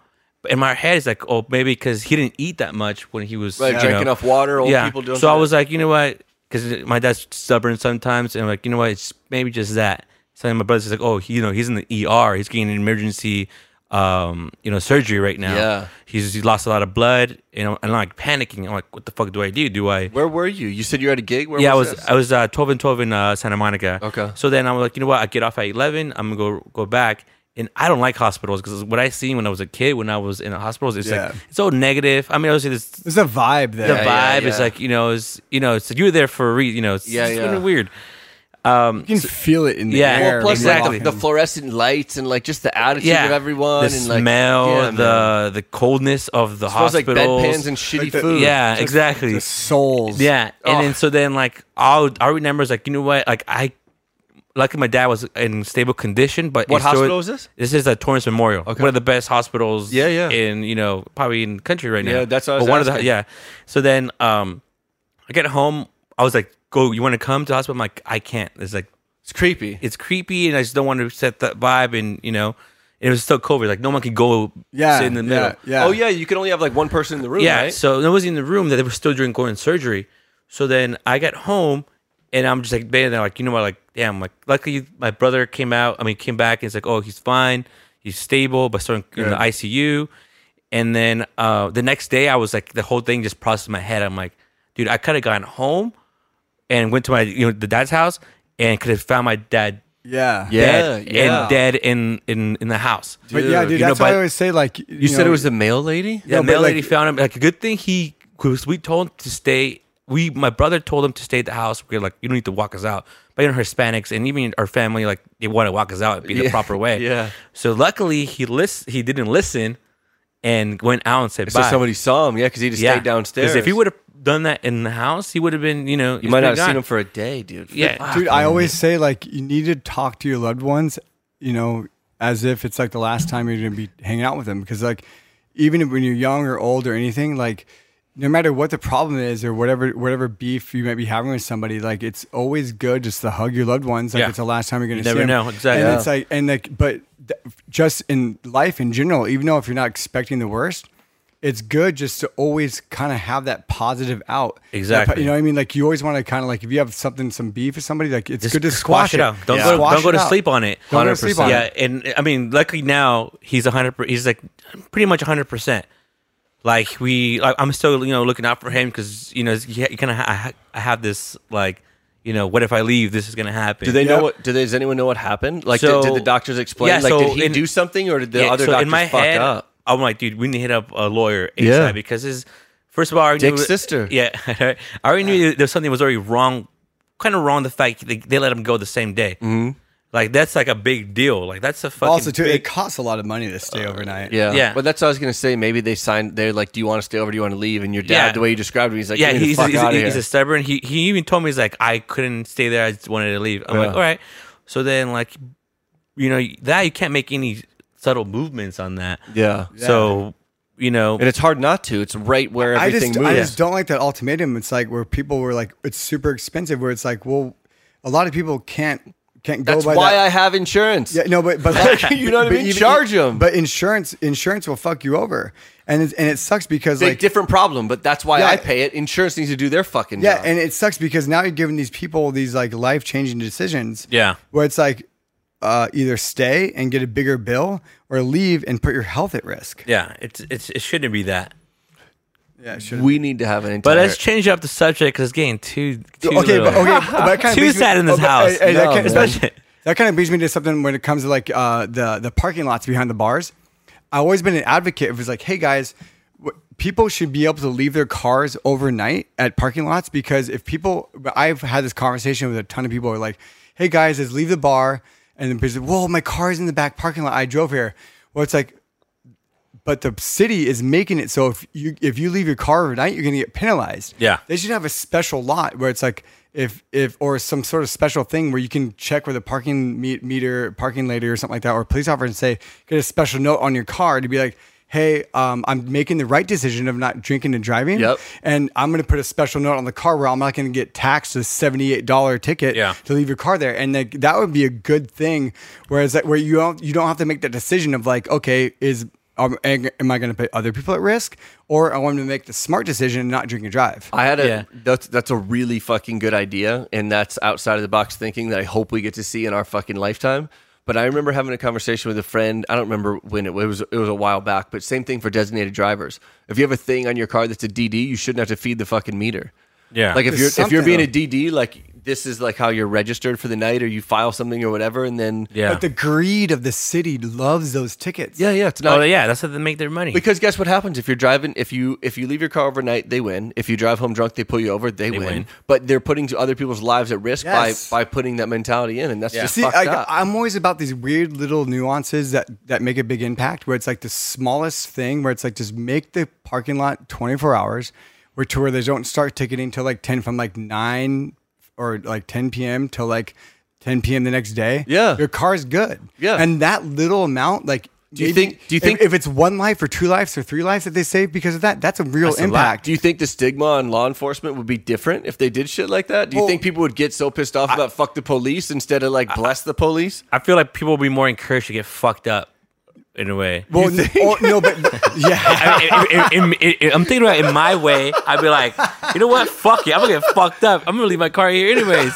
Speaker 5: But in my head, it's like, oh, maybe because he didn't eat that much when he was
Speaker 7: Right,
Speaker 5: you
Speaker 7: drink
Speaker 5: know.
Speaker 7: enough water, old
Speaker 5: yeah.
Speaker 7: people doing
Speaker 5: So I
Speaker 7: shit.
Speaker 5: was like, you know what? Because my dad's stubborn sometimes, and I'm like, you know what? It's maybe just that. So then my brother's like, oh, he, you know, he's in the ER. He's getting an emergency, um, you know, surgery right now.
Speaker 7: Yeah.
Speaker 5: He's he lost a lot of blood, and I'm, I'm like panicking. I'm like, what the fuck do I do? Do I?
Speaker 7: Where were you? You said you were at a gig? Where
Speaker 5: yeah, I
Speaker 7: was
Speaker 5: was
Speaker 7: this?
Speaker 5: I was uh, 12 and 12 in uh, Santa Monica.
Speaker 7: Okay.
Speaker 5: So then I'm like, you know what? I get off at 11. I'm gonna go go back. And I don't like hospitals because what I seen when I was a kid, when I was in the hospitals, it's
Speaker 6: Yeah.
Speaker 5: like it's all negative. I mean, obviously this
Speaker 6: There's a vibe
Speaker 5: the
Speaker 6: there.
Speaker 5: vibe
Speaker 7: yeah,
Speaker 5: is
Speaker 7: yeah.
Speaker 5: like you know it's you know it's like you were there for a reason. You know it's,
Speaker 7: Yeah,
Speaker 5: it's
Speaker 7: yeah.
Speaker 5: kinda weird.
Speaker 6: You can feel it in the
Speaker 5: Yeah.
Speaker 6: air.
Speaker 5: Well,
Speaker 7: Well, plus,
Speaker 6: when you're
Speaker 5: exactly.
Speaker 7: like, the
Speaker 6: walking.
Speaker 7: fluorescent lights and, like, just the attitude
Speaker 5: Yeah,
Speaker 7: of everyone.
Speaker 5: the
Speaker 7: and, like,
Speaker 5: smell,
Speaker 7: yeah, man.
Speaker 5: the the coldness of the
Speaker 7: Smells like
Speaker 5: hospital,
Speaker 7: bedpans and shitty
Speaker 6: the-
Speaker 7: food. Oh.
Speaker 5: yeah, exactly.
Speaker 6: the souls.
Speaker 5: Yeah, and then
Speaker 7: Ugh.
Speaker 5: so then like all I remember is like you know what like I luckily my dad was in stable condition, but
Speaker 7: What
Speaker 5: it's still-
Speaker 7: hospital is this?
Speaker 5: This is at Torrance Memorial,
Speaker 7: Okay.
Speaker 5: one of the best hospitals.
Speaker 7: Yeah, yeah.
Speaker 5: In you know probably in the country right now.
Speaker 7: Yeah, that's what I was
Speaker 5: But one of the
Speaker 7: asking.
Speaker 5: yeah. So then um, I get home. I was like, "Go, you want to come to the hospital?" I'm like, "I can't." It's like
Speaker 7: It's creepy.
Speaker 5: it's creepy, and I just don't want to set that vibe. And you know, it was still COVID. Like no one could go
Speaker 6: Yeah.
Speaker 5: sit in the
Speaker 6: yeah,
Speaker 5: middle.
Speaker 6: Yeah.
Speaker 7: Oh, yeah, you can only have, like, one person in the room,
Speaker 5: Yeah.
Speaker 7: right?
Speaker 5: So nobody was in the room that they were still doing going surgery. So then I got home and I'm just like, man, they're like, you know what? Like, damn, like, luckily my brother came out. I mean, came back and it's like, oh, he's fine. He's stable, but still in in the ICU. And then uh, the next day I was like, the whole thing just processed in my head. I'm like, dude, I could have gone home and went to my, you know, the dad's house and could have found my dad
Speaker 6: Yeah.
Speaker 7: yeah,
Speaker 5: dead
Speaker 7: yeah.
Speaker 5: and dead in, in, in the house.
Speaker 6: But yeah, dude,
Speaker 5: You know,
Speaker 6: that's why I
Speaker 5: but-
Speaker 6: always say like you,
Speaker 7: You said
Speaker 6: know,
Speaker 7: it was the mail lady?
Speaker 5: Yeah,
Speaker 6: No,
Speaker 5: mail
Speaker 6: but,
Speaker 5: lady
Speaker 6: like-
Speaker 5: found him. Like a good thing he, because we told him to stay. We, my brother told him to stay at the house. We are like, you don't need to walk us out. But you know, Hispanics and even our family, like they want to walk us out be the
Speaker 7: Yeah,
Speaker 5: proper way.
Speaker 7: yeah.
Speaker 5: So luckily, he list he didn't listen, and went out and said
Speaker 7: So
Speaker 5: bye.
Speaker 7: somebody saw him, yeah, because he just
Speaker 5: Yeah.
Speaker 7: stayed downstairs.
Speaker 5: 'Cause if he would have done that in the house, he would have been, you know,
Speaker 7: you might not have seen him for a day, dude.
Speaker 5: Yeah.
Speaker 6: dude. I always say like you need to talk to your loved ones, you know, as if it's like the last time you're gonna be hanging out with them. Because like even when you're young or old or anything, like no matter what the problem is or whatever whatever beef you might be having with somebody, like it's always good just to hug your loved ones. Like
Speaker 5: Yeah.
Speaker 6: it's the last time you're gonna
Speaker 5: You
Speaker 6: see
Speaker 5: never
Speaker 6: them.
Speaker 5: know, exactly.
Speaker 6: And
Speaker 5: Yeah.
Speaker 6: it's like and like but th- just in life in general, even though if you're not expecting the worst. It's good just to always kind of have that positive out. That po-
Speaker 5: Exactly.
Speaker 6: You know what I mean? Like you always want to kind of like if you have something, some beef with somebody, like it's
Speaker 5: Just
Speaker 6: good to
Speaker 5: squash, it out. Don't
Speaker 6: Yeah.
Speaker 5: go.
Speaker 6: Squash
Speaker 5: Don't go
Speaker 6: it
Speaker 5: to
Speaker 6: out.
Speaker 5: sleep on it.
Speaker 6: Don't go to sleep
Speaker 5: 100%.
Speaker 6: on
Speaker 5: yeah,
Speaker 6: it.
Speaker 5: and I mean, luckily now he's a hundred. per- He's like pretty much a hundred percent. Like we, like, I'm still you know looking out for him because you know you, ha- you kind of ha- I ha- I have this like you know what if I leave this is gonna happen.
Speaker 7: Do they know
Speaker 6: Yeah.
Speaker 7: what? Do they, does anyone know what happened? Like,
Speaker 5: So-
Speaker 7: did, did the doctors explain?
Speaker 5: Yeah,
Speaker 7: like,
Speaker 5: so
Speaker 7: did he
Speaker 5: in-
Speaker 7: do something, or did the other
Speaker 5: so
Speaker 7: doctors
Speaker 5: in my
Speaker 7: fuck
Speaker 5: head,
Speaker 7: up?
Speaker 5: I'm like, dude, we need to hit up a lawyer ASAP
Speaker 7: Yeah.
Speaker 5: because his first of all, I already
Speaker 7: Dick's
Speaker 5: knew-
Speaker 7: sister.
Speaker 5: Yeah, <laughs> I already knew there was something was already wrong, kind of wrong. The fact they, they let him go the same day, mm-hmm. like that's like a big deal. Like that's a fucking
Speaker 6: Also, too,
Speaker 5: big Uh,
Speaker 6: it costs a lot of money to stay overnight.
Speaker 7: Yeah,
Speaker 5: Yeah.
Speaker 7: But that's what I was gonna say. Maybe they signed. They're like, "Do you want to stay over? Do you want to leave?" And your dad,
Speaker 5: Yeah.
Speaker 7: the way you described it, he's like,
Speaker 5: yeah, he's,
Speaker 7: the fuck
Speaker 5: he's,
Speaker 7: out of
Speaker 5: he's a stubborn. He he even told me he's like I couldn't stay there. I just wanted to leave. I'm like,
Speaker 7: Yeah.
Speaker 5: all right. So then like, you know that you can't make any subtle movements on that.
Speaker 7: Yeah,
Speaker 5: So you know,
Speaker 7: and it's hard not to. It's right where
Speaker 6: I
Speaker 7: everything
Speaker 6: just,
Speaker 7: moves.
Speaker 6: I just don't like that ultimatum. It's like where people were like, it's super expensive. Where it's like, well, a lot of people can't can't go
Speaker 7: That's
Speaker 6: by
Speaker 7: why
Speaker 6: that.
Speaker 7: I have insurance.
Speaker 6: Yeah, no, but but like,
Speaker 7: You know what I
Speaker 6: but
Speaker 7: mean? Charge 'em.
Speaker 6: But insurance insurance will fuck you over, and it's, and it sucks because
Speaker 7: Big
Speaker 6: like
Speaker 7: different problem, but that's why
Speaker 6: Yeah.
Speaker 7: I pay it. Insurance needs to do their fucking
Speaker 6: yeah,
Speaker 7: job.
Speaker 6: and it sucks because now you're giving these people these like life changing decisions.
Speaker 5: Yeah.
Speaker 6: where it's like uh, either stay and get a bigger bill or leave and put your health at risk.
Speaker 5: Yeah, it's it's it shouldn't be that.
Speaker 6: Yeah, should
Speaker 7: we need to have an entire.
Speaker 5: But let's change up the subject because it's getting too too
Speaker 6: okay,
Speaker 5: little.
Speaker 6: but okay, but that kind
Speaker 5: <laughs>
Speaker 6: of
Speaker 5: Too sad in this house.
Speaker 6: that,
Speaker 7: No,
Speaker 6: kind,
Speaker 7: man.
Speaker 6: especially- that kind of brings me to something when it comes to like uh, the the parking lots behind the bars. I've always been an advocate. It was like, hey guys, w- people should be able to leave their cars overnight at parking lots because if people, I've had this conversation with a ton of people who are like, hey guys, let's leave the bar, and then people say, whoa, my car's in the back parking lot. I drove here. Well, it's like but the city is making it so if you if you leave your car overnight, you're going to get penalized.
Speaker 5: Yeah.
Speaker 6: they should have a special lot where it's like if if or some sort of special thing where you can check with a parking me- meter, parking lady, or something like that, or a police officer, and say get a special note on your car to be like. Hey, um, I'm making the right decision of not drinking and driving,
Speaker 7: Yep.
Speaker 6: and I'm going to put a special note on the car where I'm not going to get taxed a seventy-eight dollar ticket
Speaker 5: Yeah.
Speaker 6: to leave your car there, and like that would be a good thing. Whereas like, where you don't you don't have to make that decision of like, okay, is um, am am I going to put other people at risk, or I want them to make the smart decision and not drink and drive?
Speaker 7: I had a
Speaker 5: Yeah.
Speaker 7: that's that's a really fucking good idea, and that's outside of the box thinking that I hope we get to see in our fucking lifetime. But I remember having a conversation with a friend. I don't remember when it was. It was a while back. But same thing for designated drivers. If you have a thing on your car that's a DD, you shouldn't have to feed the fucking meter.
Speaker 5: Yeah.
Speaker 7: Like if
Speaker 6: There's
Speaker 7: you're if you're
Speaker 6: something,
Speaker 7: being a DD, like this is like how you're registered for the night, or you file something or whatever, and then
Speaker 5: yeah.
Speaker 6: But the greed of the city loves those tickets.
Speaker 7: yeah, yeah, it's not.
Speaker 5: oh yeah, that's how they make their money.
Speaker 7: Because guess what happens if you're driving? If you if you leave your car overnight, they win. If you drive home drunk, they pull you over. They, win.
Speaker 5: win.
Speaker 7: But they're putting other people's lives at risk
Speaker 6: Yes.
Speaker 7: by by putting that mentality in, and that's just
Speaker 6: See,
Speaker 7: fucked
Speaker 6: I,
Speaker 7: up.
Speaker 6: I'm always about these weird little nuances that that make a big impact. Where it's like the smallest thing, where it's like just make the parking lot 24 hours, where to where they don't start ticketing till like 10 from like nine or like 10 p.m. till like 10 p.m. the next day.
Speaker 7: Yeah.
Speaker 6: your car's good.
Speaker 7: Yeah.
Speaker 6: and that little amount, like. Do
Speaker 7: you think- do you think-
Speaker 6: if, if it's one life or two lives or three lives that they save because of that, that's a real
Speaker 5: That's a lot.
Speaker 6: impact.
Speaker 7: do you think the stigma on law enforcement would be different if they did shit like that? Do you
Speaker 6: Well,
Speaker 7: think people would get so pissed off about fuck the police instead of like bless the police?
Speaker 5: I feel like people will be more encouraged to get fucked up in a way.
Speaker 6: well, n- oh,
Speaker 7: <laughs>
Speaker 6: no, but yeah,
Speaker 5: I, I, I, I, I, I'm thinking about it in my way. I'd be like, you know what? Fuck it. I'm gonna get fucked up. I'm gonna leave my car here anyways.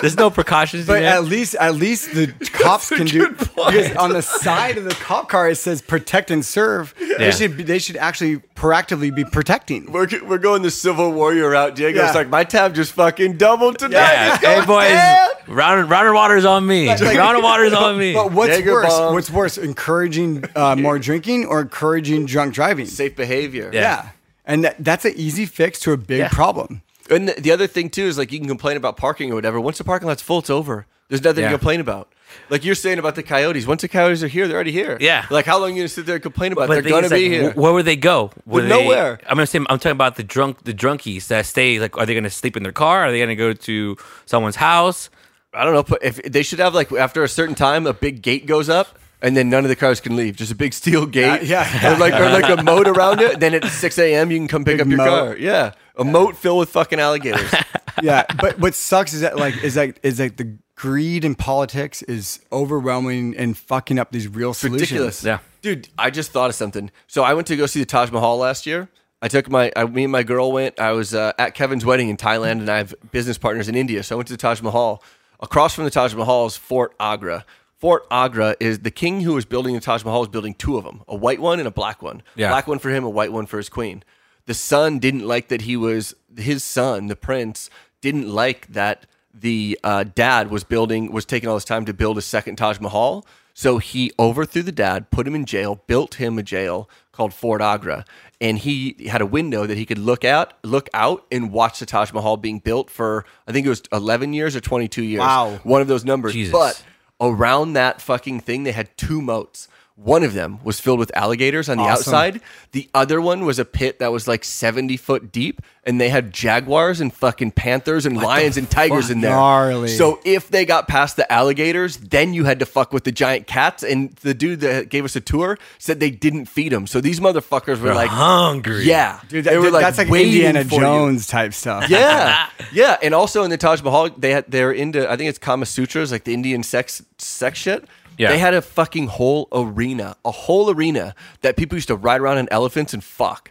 Speaker 5: There's no precautions.
Speaker 6: But
Speaker 5: in there.
Speaker 6: at least, at least the cops
Speaker 7: a
Speaker 6: can do.
Speaker 7: good point.
Speaker 6: Because on the side of the cop car, it says "protect and serve."
Speaker 5: Yeah.
Speaker 6: They should, be, they should actually proactively be protecting.
Speaker 7: We're, we're going the civil warrior route, Diego.
Speaker 6: Yeah.
Speaker 7: It's like my tab just fucking doubled tonight.
Speaker 5: yeah.
Speaker 7: Let's go,
Speaker 5: Hey
Speaker 6: <laughs>
Speaker 5: boys, round round of waters on me. round of waters on me.
Speaker 6: But what's
Speaker 7: Jaeger
Speaker 6: worse?
Speaker 7: bombs.
Speaker 6: What's worse, encouraging uh, more drinking or encouraging drunk driving?
Speaker 7: Safe behavior.
Speaker 5: Yeah.
Speaker 6: yeah, and that, that's an easy fix to a big problem.
Speaker 7: And the, the other thing too is like you can complain about parking or whatever. Once the parking lot's full, it's over. There's nothing
Speaker 5: Yeah.
Speaker 7: to complain about. Like you're saying about the coyotes. Once the coyotes are here, they're already here.
Speaker 5: Yeah.
Speaker 7: Like how long are you gonna sit there and complain about?
Speaker 5: But
Speaker 7: it?
Speaker 5: the
Speaker 7: they're
Speaker 5: thing
Speaker 7: gonna be
Speaker 5: is, like,
Speaker 7: here.
Speaker 5: wh- Where would they go? Were
Speaker 7: With
Speaker 5: they-
Speaker 7: nowhere.
Speaker 5: I'm gonna say I'm talking about the drunk the drunkies that stay. Like, are they gonna sleep in their car? Are they gonna go to someone's house?
Speaker 7: I don't know. But if they should have like after a certain time, a big gate goes up. And then none of the cars can leave. Just a big
Speaker 5: Uh,
Speaker 7: steel gate,
Speaker 6: Yeah,
Speaker 7: or like or like a moat around it. Then at six a.m. you can come pick
Speaker 6: Big
Speaker 7: up your
Speaker 6: moat.
Speaker 7: car. Yeah, a moat filled with fucking alligators.
Speaker 5: <laughs>
Speaker 6: Yeah, but what sucks is that like is that is like the greed in politics is overwhelming and fucking up these real solutions.
Speaker 7: ridiculous.
Speaker 5: Yeah.
Speaker 7: dude, I just thought of something. So I went to go see the Taj Mahal last year. I took my, I, me and my girl went. I was uh, at Kevin's wedding in Thailand, and I have business partners in India. So I went to the Taj Mahal. Across from the Taj Mahal is Fort Agra. Fort Agra is the king who was building the Taj Mahal is building two of them, a white one and a black one.
Speaker 5: Yeah.
Speaker 7: Black one for him, a white one for his queen. The son didn't like that he was his son, the prince didn't like that the uh, dad was building was taking all this time to build a second Taj Mahal. So he overthrew the dad, put him in jail, built him a jail called Fort Agra, and he had a window that he could look out, look out, and watch the Taj Mahal being built for I think it was eleven years or twenty two years.
Speaker 6: Wow.
Speaker 7: one of those numbers.
Speaker 5: Jesus.
Speaker 7: But around that fucking thing, they had two moats. One of them was filled with alligators on the
Speaker 6: Awesome.
Speaker 7: outside. The other one was a pit that was like 70 foot deep, and they had jaguars and fucking panthers and lions and tigers in there.
Speaker 6: Gnarly.
Speaker 7: So if they got past the alligators, then you had to fuck with the giant cats. And the dude that gave us a tour said they didn't feed them. So these motherfuckers were like,
Speaker 5: hungry.
Speaker 7: yeah.
Speaker 6: Dude, that,
Speaker 7: They were,
Speaker 6: that's like
Speaker 7: waiting
Speaker 6: Indiana
Speaker 7: for you.
Speaker 6: Jones type
Speaker 5: <laughs>
Speaker 6: stuff.
Speaker 7: Yeah, yeah, and also in the Taj Mahal, they had they're into I think it's Kama Sutras, like the Indian sex sex shit.
Speaker 5: Yeah.
Speaker 7: they had a fucking whole arena, a whole arena that people used to ride around on elephants and fuck.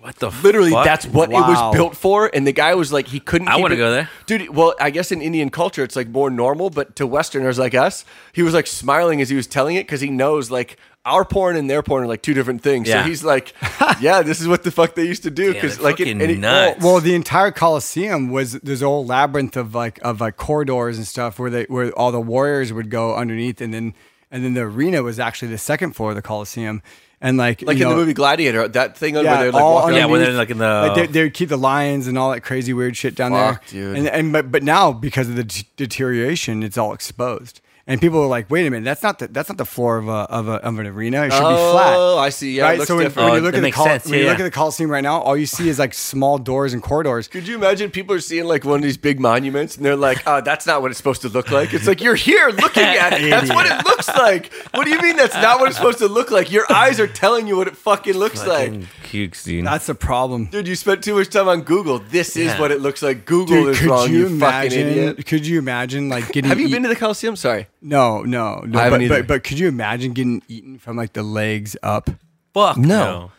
Speaker 5: What the fuck?
Speaker 7: Literally, that's what it
Speaker 6: Wow.
Speaker 7: was built for. And the guy was like, he couldn't.
Speaker 5: I
Speaker 7: keep
Speaker 5: wanna
Speaker 7: it-
Speaker 5: go there.
Speaker 7: dude. Well, I guess in Indian culture, it's like more normal, but to Westerners like us, he was like smiling as he was telling it because he knows like. Our porn and their porn are like two different things.
Speaker 5: Yeah.
Speaker 7: So he's
Speaker 5: <laughs>
Speaker 7: like, "Yeah, this is what the fuck they used to do."
Speaker 5: Damn,
Speaker 7: Because
Speaker 5: they're
Speaker 7: like, it,
Speaker 5: fucking
Speaker 7: and it,
Speaker 5: nuts.
Speaker 6: Well, the entire Coliseum was this whole labyrinth of like of like corridors and stuff where they where all the warriors would go underneath, and then and then the arena was actually the second floor of the Coliseum, and like
Speaker 7: like
Speaker 6: you
Speaker 7: in
Speaker 6: know,
Speaker 7: the movie Gladiator, that thing
Speaker 6: Yeah,
Speaker 7: where they're like
Speaker 6: all
Speaker 7: walking
Speaker 5: Yeah,
Speaker 7: up-
Speaker 5: where they're,
Speaker 6: underneath.
Speaker 5: like, in the-
Speaker 6: they, they would keep the lions and all that crazy weird shit down
Speaker 7: Fuck,
Speaker 6: there,
Speaker 7: dude.
Speaker 6: And and but but now because of the d- deterioration, it's all exposed. And people are like, "Wait a minute, that's not the that's not the floor of a of, a, of an arena. It should be flat."
Speaker 7: Oh, I see. Yeah, it looks
Speaker 6: so when,
Speaker 7: different.
Speaker 6: when you
Speaker 5: Oh,
Speaker 6: look
Speaker 5: that
Speaker 6: at the
Speaker 5: makes
Speaker 6: col-
Speaker 5: sense.
Speaker 6: when you
Speaker 5: Yeah,
Speaker 6: look
Speaker 5: yeah.
Speaker 6: at the Coliseum right now, all you see is like small doors and corridors.
Speaker 7: Could you imagine people are seeing like one of these big monuments and they're like, "Oh, that's not what it's supposed to look like." It's like you're here looking at it. That's what
Speaker 5: <laughs>
Speaker 7: it looks like. What do you mean that's not what it's supposed to look like? Your eyes are telling you what it fucking looks like.
Speaker 5: Fucking cukes, dude.
Speaker 6: That's the problem.
Speaker 7: Dude, you spent too much time on Google. This is
Speaker 5: Yeah.
Speaker 7: what it looks like. Google is wrong, you, fucking idiot.
Speaker 6: Could you imagine like getting?
Speaker 7: Have you
Speaker 6: eat-
Speaker 7: been to the e- Coliseum? Sorry.
Speaker 6: No, no, no.
Speaker 7: I haven't
Speaker 6: but,
Speaker 7: either.
Speaker 6: but but could you imagine getting eaten from like the legs up?
Speaker 5: fuck
Speaker 7: no.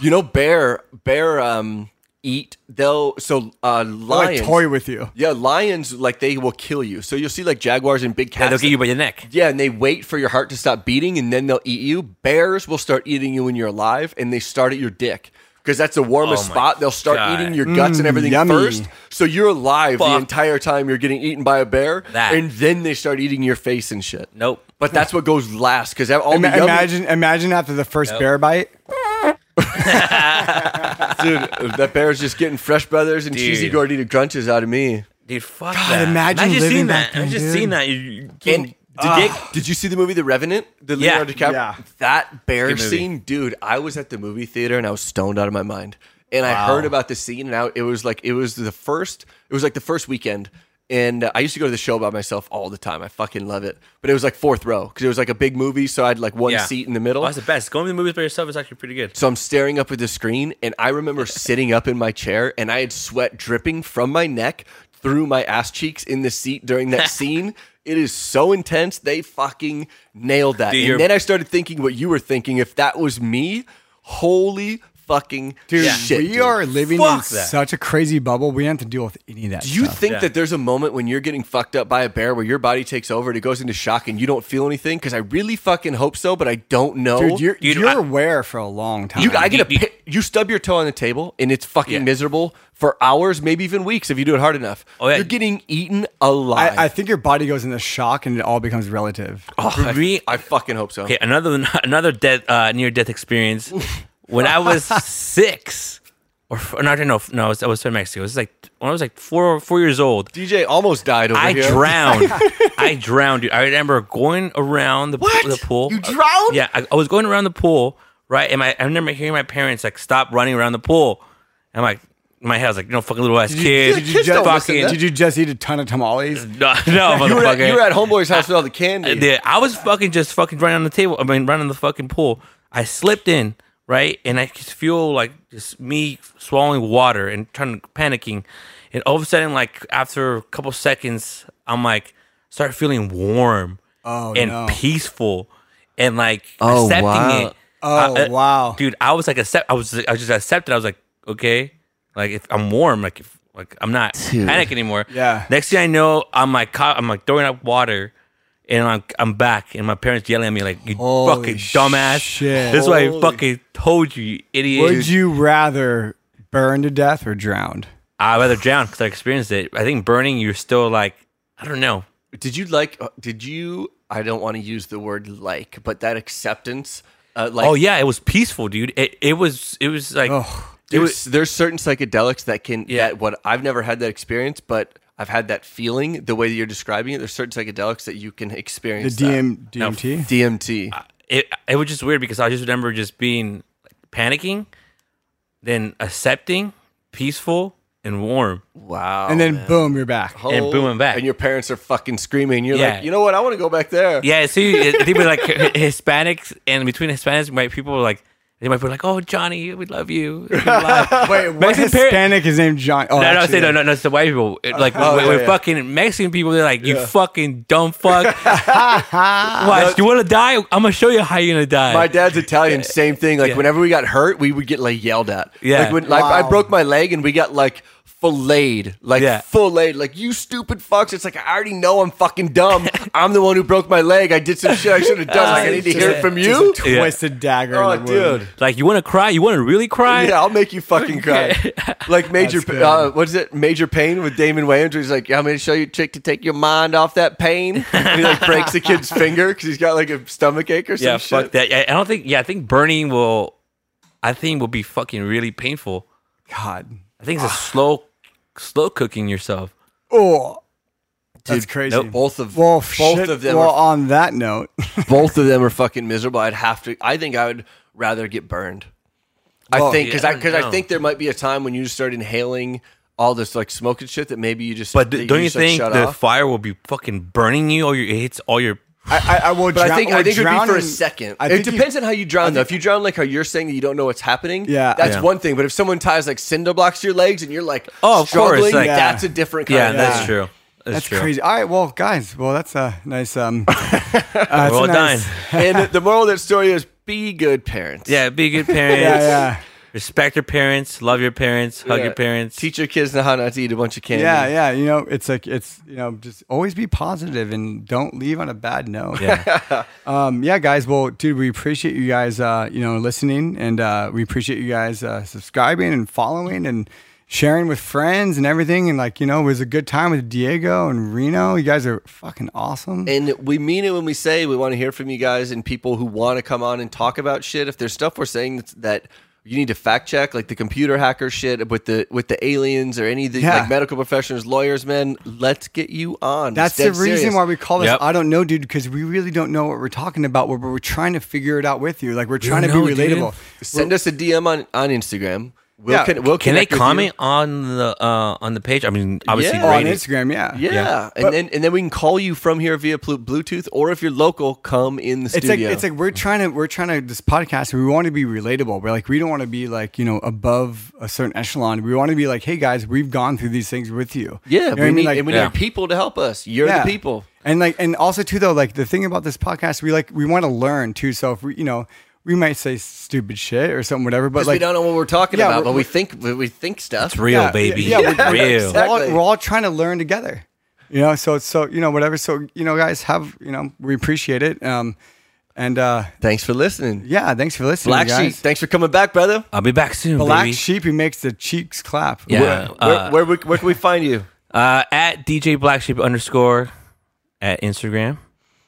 Speaker 7: You know, bear, bear, um, eat. They'll so uh, lions.
Speaker 6: Like toy with you.
Speaker 7: Yeah, lions like they will kill you. So you'll see like jaguars and big
Speaker 5: Yeah,
Speaker 7: cats.
Speaker 5: they'll get you by your neck.
Speaker 7: Yeah, and they wait for your heart to stop beating and then they'll eat you. Bears will start eating you when you're alive and they start at your dick. Because that's the warmest
Speaker 5: Oh my
Speaker 7: spot. They'll start
Speaker 5: God.
Speaker 7: eating your guts and everything
Speaker 6: Mm, yummy.
Speaker 7: first. So you're alive the
Speaker 5: Fuck.
Speaker 7: entire time you're getting eaten by a bear.
Speaker 5: That.
Speaker 7: And then they start eating your face and shit.
Speaker 5: Nope.
Speaker 7: But that's what goes last because all
Speaker 6: Ima-
Speaker 7: the yummy-
Speaker 6: imagine imagine after the first bear bite.
Speaker 7: dude, <laughs> that bear's just getting fresh brothers and cheesy
Speaker 5: Dude.
Speaker 7: gordita crunches out of me.
Speaker 5: Dude, fuck that.
Speaker 6: imagine
Speaker 5: I just
Speaker 6: living
Speaker 5: seen
Speaker 6: back
Speaker 5: that.
Speaker 6: then,
Speaker 5: I just
Speaker 6: dude.
Speaker 5: seen that. You, you
Speaker 7: And ah. did,
Speaker 5: getting- dick-
Speaker 7: did you see the movie The Revenant? The
Speaker 5: Yeah.
Speaker 7: Leonardo DiCaprio.
Speaker 6: Yeah.
Speaker 7: That bear
Speaker 5: Good movie.
Speaker 7: scene, dude. I was at the movie theater and I was stoned out of my mind. And I heard about the scene, and I, it was like it was the first. It was like the first weekend, and uh, I used to go to the show by myself all the time. I fucking love it. But it was like fourth row because it was like a big movie, so I had like one
Speaker 5: Yeah.
Speaker 7: seat in the middle.
Speaker 5: Oh, that's the best. Going to the movies by yourself is actually pretty good.
Speaker 7: So I'm staring up at the screen, and I remember sitting up in my chair, and I had sweat dripping from my neck through my ass cheeks in the seat during
Speaker 5: <laughs>
Speaker 7: that scene. It is so intense. They fucking nailed that.
Speaker 5: Dude,
Speaker 7: and
Speaker 5: you're-
Speaker 7: then I started thinking what you were thinking. If that was me, holy fucking
Speaker 6: Dude,
Speaker 7: shit.
Speaker 6: we
Speaker 7: dude.
Speaker 6: are living
Speaker 5: Fuck
Speaker 6: in
Speaker 5: that.
Speaker 6: such a crazy bubble. We don't have to deal with any of that.
Speaker 7: Do you
Speaker 6: stuff.
Speaker 7: think
Speaker 5: Yeah.
Speaker 7: that there's a moment when you're getting fucked up by a bear where your body takes over and it goes into shock and you don't feel anything? Because I really fucking hope so, but I don't know.
Speaker 6: dude? You're,
Speaker 5: Dude,
Speaker 6: you're
Speaker 5: I-
Speaker 6: aware for a long time.
Speaker 7: You, I get a
Speaker 5: Um, you-
Speaker 7: pit, you stub your toe on the table and it's fucking
Speaker 5: Yeah.
Speaker 7: miserable for hours, maybe even weeks if you do it hard enough.
Speaker 5: Oh, yeah.
Speaker 7: You're getting eaten alive.
Speaker 6: I, I think your body goes into shock and it all becomes relative.
Speaker 7: Oh,
Speaker 5: For me,
Speaker 7: I fucking hope so.
Speaker 5: Okay, another <laughs> another death uh, near death experience. when
Speaker 7: <laughs>
Speaker 5: I was six, or f- no, no, no, no, I was, I was in Mexico. It was like when I was like four four years old.
Speaker 7: DJ almost died over
Speaker 5: I
Speaker 7: here.
Speaker 5: drowned. I drowned, dude. I remember going around the,
Speaker 7: What?
Speaker 5: the pool.
Speaker 7: You drowned?
Speaker 5: Yeah, I, I was going around the pool, right? And my, I remember hearing my parents like stop running around the pool. I'm like, in my head I was like, you know, fucking little ass kid.
Speaker 7: did you Kids just- don't listen
Speaker 5: fucking,
Speaker 7: to
Speaker 6: Did you just eat a ton of
Speaker 5: <laughs>
Speaker 6: tamales?
Speaker 5: no,
Speaker 7: <laughs>
Speaker 5: no,
Speaker 7: You were, at,
Speaker 5: motherfucker.
Speaker 7: you were at Homeboy's house with all the candy.
Speaker 5: Yeah, I was fucking just fucking running on the table. I mean, running the fucking pool. I slipped in, right, and I could feel like just me swallowing water and trying to panicking, and all of a sudden, like after a couple seconds, I'm like start feeling warm and
Speaker 6: Oh, no.
Speaker 5: peaceful, and like
Speaker 7: Oh,
Speaker 5: accepting
Speaker 7: wow.
Speaker 5: it.
Speaker 6: Oh,
Speaker 5: I- uh, I-
Speaker 6: wow.
Speaker 5: dude, I was like accept. I was I was just accepted. I was like, okay, like if I'm warm, like if like I'm not panic anymore.
Speaker 6: Yeah.
Speaker 5: Next thing I know, I'm like caught, I'm like throwing up water, and I'm I'm back, and my parents yelling at me like, you
Speaker 6: Holy
Speaker 5: fucking dumbass.
Speaker 6: shit.
Speaker 5: This is what I
Speaker 7: Holy-
Speaker 5: fucking told you, you idiot.
Speaker 6: Would you rather burn to death or drowned?
Speaker 5: I'd rather drown because I experienced it. I think burning, you're still like, I don't know.
Speaker 7: Did you like, uh, did you, I don't want to use the word like, but that acceptance, uh, like,
Speaker 5: Oh yeah, it was peaceful, dude. It it was it was like.
Speaker 6: Oh.
Speaker 5: It
Speaker 7: There's,
Speaker 5: was,
Speaker 7: there's certain psychedelics that can
Speaker 5: Yeah.
Speaker 7: that what I've never had that experience, but I I've had that feeling the way that you're describing it. There's certain psychedelics that you can
Speaker 6: The
Speaker 7: experience.
Speaker 6: DM,
Speaker 5: No.
Speaker 6: DMT.
Speaker 7: that. DMT.
Speaker 5: it it was just weird because I just remember just being panicking, then accepting, peaceful and warm,
Speaker 7: wow.
Speaker 6: and then boom, you're back.
Speaker 5: and booming back.
Speaker 7: And your parents are fucking screaming. You're
Speaker 5: Yeah.
Speaker 7: like, you know what? I want to go back there.
Speaker 5: yeah, see, it- they were like Hispanics, and between Hispanics, my people were like they might be like, "Oh, Johnny, we love
Speaker 6: <laughs>
Speaker 5: you." Wait,
Speaker 6: Wait, what
Speaker 5: Mexican parent-
Speaker 6: Hispanic is named John? Oh,
Speaker 5: No, no,
Speaker 6: actually,
Speaker 5: say no, no, no. It's the white people. It- like when,
Speaker 6: yeah,
Speaker 5: when
Speaker 6: yeah.
Speaker 5: fucking Mexican people, they're like, "You fucking dumb
Speaker 6: <laughs>
Speaker 5: fuck." Watch, you want to die? I'm gonna show you how you're gonna die.
Speaker 7: My dad's Italian, same thing. Like
Speaker 5: Yeah.
Speaker 7: whenever we got hurt, we would get like yelled at.
Speaker 5: Yeah.
Speaker 7: Like when like, I
Speaker 6: Wow.
Speaker 7: broke my leg and we got like filleted, like
Speaker 5: Yeah.
Speaker 7: filleted, like you stupid fucks. It's like I already know I'm fucking
Speaker 5: <laughs>
Speaker 7: dumb. I'm the one who broke my leg. I did some shit I shouldn't have done. Like I need to
Speaker 6: Just
Speaker 7: hear
Speaker 6: a-
Speaker 7: it from
Speaker 6: just
Speaker 7: you.
Speaker 6: A twisted dagger.
Speaker 7: Oh,
Speaker 6: in the wound.
Speaker 7: dude.
Speaker 5: like, you want to cry? You want to really cry?
Speaker 7: Yeah, I'll make you fucking
Speaker 5: <laughs>
Speaker 7: cry. Like major,
Speaker 6: That's good.
Speaker 7: uh, what is it? Major pain with Damon Wayans. Where he's like, "I'm going to show you a trick to take your mind off that
Speaker 5: <laughs>
Speaker 7: pain." And he like breaks the kid's finger because he's got like a stomach ache or some
Speaker 5: yeah,
Speaker 7: shit.
Speaker 5: fuck that. Yeah, I don't think. Yeah, I think burning will. I think will be fucking really painful.
Speaker 6: God.
Speaker 5: I think it's a slow, slow cooking yourself.
Speaker 6: Oh, that's
Speaker 7: Dude,
Speaker 6: crazy.
Speaker 7: nope, both of
Speaker 6: well,
Speaker 7: both
Speaker 6: shit.
Speaker 7: of them.
Speaker 6: Well,
Speaker 7: are,
Speaker 6: on that note,
Speaker 7: <laughs> both of them are fucking miserable. I'd have to. I think I would rather get burned. I think because I
Speaker 5: Oh, yeah,
Speaker 7: because
Speaker 5: no.
Speaker 7: I think there might be a time when you start inhaling all this like smoke and shit that maybe you just
Speaker 5: But
Speaker 7: that
Speaker 5: don't you
Speaker 7: just, like,
Speaker 5: think
Speaker 7: shut
Speaker 5: the
Speaker 7: off.
Speaker 5: fire will be fucking burning you? Or your, it hits all your.
Speaker 6: I, I, I <laughs> will.
Speaker 7: But
Speaker 6: drown,
Speaker 7: I think I
Speaker 6: well,
Speaker 7: think it would be for a
Speaker 6: drowning-
Speaker 7: second.
Speaker 6: I
Speaker 7: It
Speaker 6: think you-
Speaker 7: depends on how you drown, though. If you drown like how you're saying that you don't know what's happening,
Speaker 6: Yeah.
Speaker 7: that's
Speaker 6: Yeah.
Speaker 7: one thing. But if someone ties like cinder blocks to your legs and you're like,
Speaker 5: Oh, of course,
Speaker 7: struggling,
Speaker 5: like-
Speaker 7: that's a different kind.
Speaker 5: Yeah,
Speaker 7: of
Speaker 5: that's
Speaker 6: Yeah.
Speaker 5: true. That's,
Speaker 6: That's
Speaker 5: true.
Speaker 6: crazy. All right, well, guys, well, that's a nice. Um, uh, that's
Speaker 5: Well
Speaker 6: a nice-
Speaker 5: done.
Speaker 7: and the moral of that story is be good parents.
Speaker 5: Yeah, be
Speaker 6: <laughs>
Speaker 5: good parents.
Speaker 6: Yeah, yeah,
Speaker 5: Respect your parents. Love your parents. Hug
Speaker 7: Yeah.
Speaker 5: your parents.
Speaker 7: Teach your kids how not to eat a bunch of candy.
Speaker 6: yeah, yeah. You know, it's like it's you know, just always be positive and don't leave on a bad note.
Speaker 5: Yeah.
Speaker 6: <laughs> Um, yeah, guys. Well, dude, we appreciate you guys, uh, you know, listening, and uh, we appreciate you guys uh, subscribing and following and sharing with friends and everything. And like, you know, it was a good time with Diego and Reno. You guys are fucking awesome.
Speaker 7: And we mean it when we say we want to hear from you guys and people who want to come on and talk about shit. If there's stuff we're saying that's, that you need to fact check, like the computer hacker shit with the with the aliens or any of the
Speaker 6: Yeah.
Speaker 7: like medical professionals, lawyers, men, let's get you on.
Speaker 6: That's
Speaker 7: It's
Speaker 6: the
Speaker 7: dead
Speaker 6: reason
Speaker 7: serious.
Speaker 6: why we call this
Speaker 5: Yep.
Speaker 6: "I don't know, dude" because we really don't know what we're talking about. We're, we're trying to figure it out with you. Like we're trying to
Speaker 5: don't
Speaker 6: be
Speaker 5: know, dude.
Speaker 6: relatable.
Speaker 7: Send us a DM on on Instagram. We'll
Speaker 6: Yeah.
Speaker 7: con- we'll
Speaker 5: Can they
Speaker 7: connect with you.
Speaker 5: comment on the uh, on the page? I mean, obviously,
Speaker 7: Yeah.
Speaker 6: Oh, on
Speaker 5: rate it.
Speaker 6: Instagram, yeah,
Speaker 7: Yeah, and then and then we can call you from here via plu- Bluetooth, or if you're local, come in the
Speaker 6: It's
Speaker 7: studio.
Speaker 6: like it's like we're trying to we're trying to this podcast. We want to be relatable. We're like we don't want to be like you know above a certain echelon. We want to be like, hey guys, we've gone through these things with you.
Speaker 7: yeah,
Speaker 6: You know
Speaker 7: we
Speaker 6: what I mean?
Speaker 7: need,
Speaker 6: Like-
Speaker 7: and we
Speaker 5: Yeah.
Speaker 7: need people to help us. You're
Speaker 6: Yeah.
Speaker 7: the people.
Speaker 6: And like, and also too though, like the thing about this podcast, we like we want to learn too. So if we, you know, we might say stupid shit or something, whatever. But
Speaker 7: Because we
Speaker 6: like,
Speaker 7: don't know what we're talking
Speaker 6: Yeah,
Speaker 7: about, but
Speaker 6: we're-
Speaker 7: we think we- we think stuff.
Speaker 5: It's real,
Speaker 6: Yeah,
Speaker 5: baby.
Speaker 6: yeah, yeah,
Speaker 5: real.
Speaker 6: we're all,
Speaker 7: Exactly.
Speaker 6: we're all trying to learn together. You know, so it's so you know whatever. So you know, guys have you know we appreciate it. Um, and uh,
Speaker 7: Thanks for listening.
Speaker 6: yeah, thanks for listening,
Speaker 7: Black Sheep,
Speaker 6: guys.
Speaker 7: thanks for coming back, brother.
Speaker 5: I'll be back soon,
Speaker 6: Black
Speaker 5: baby.
Speaker 6: sheep, he makes the cheeks clap.
Speaker 5: yeah.
Speaker 7: where,
Speaker 5: Uh,
Speaker 7: where, we- where can we find you?
Speaker 5: uh, at DJ Black Sheep underscore at Instagram.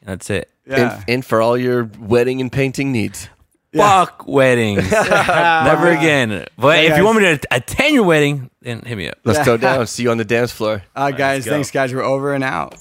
Speaker 5: That's it.
Speaker 6: yeah.
Speaker 7: And, and for all your wedding and painting needs.
Speaker 5: Fuck weddings. Never again. But if
Speaker 6: guys.
Speaker 5: you want me to attend your wedding, then hit me up.
Speaker 7: Let's go down. See you on the dance floor.
Speaker 6: Uh, guys,
Speaker 5: go.
Speaker 6: thanks, guys. We're over and out.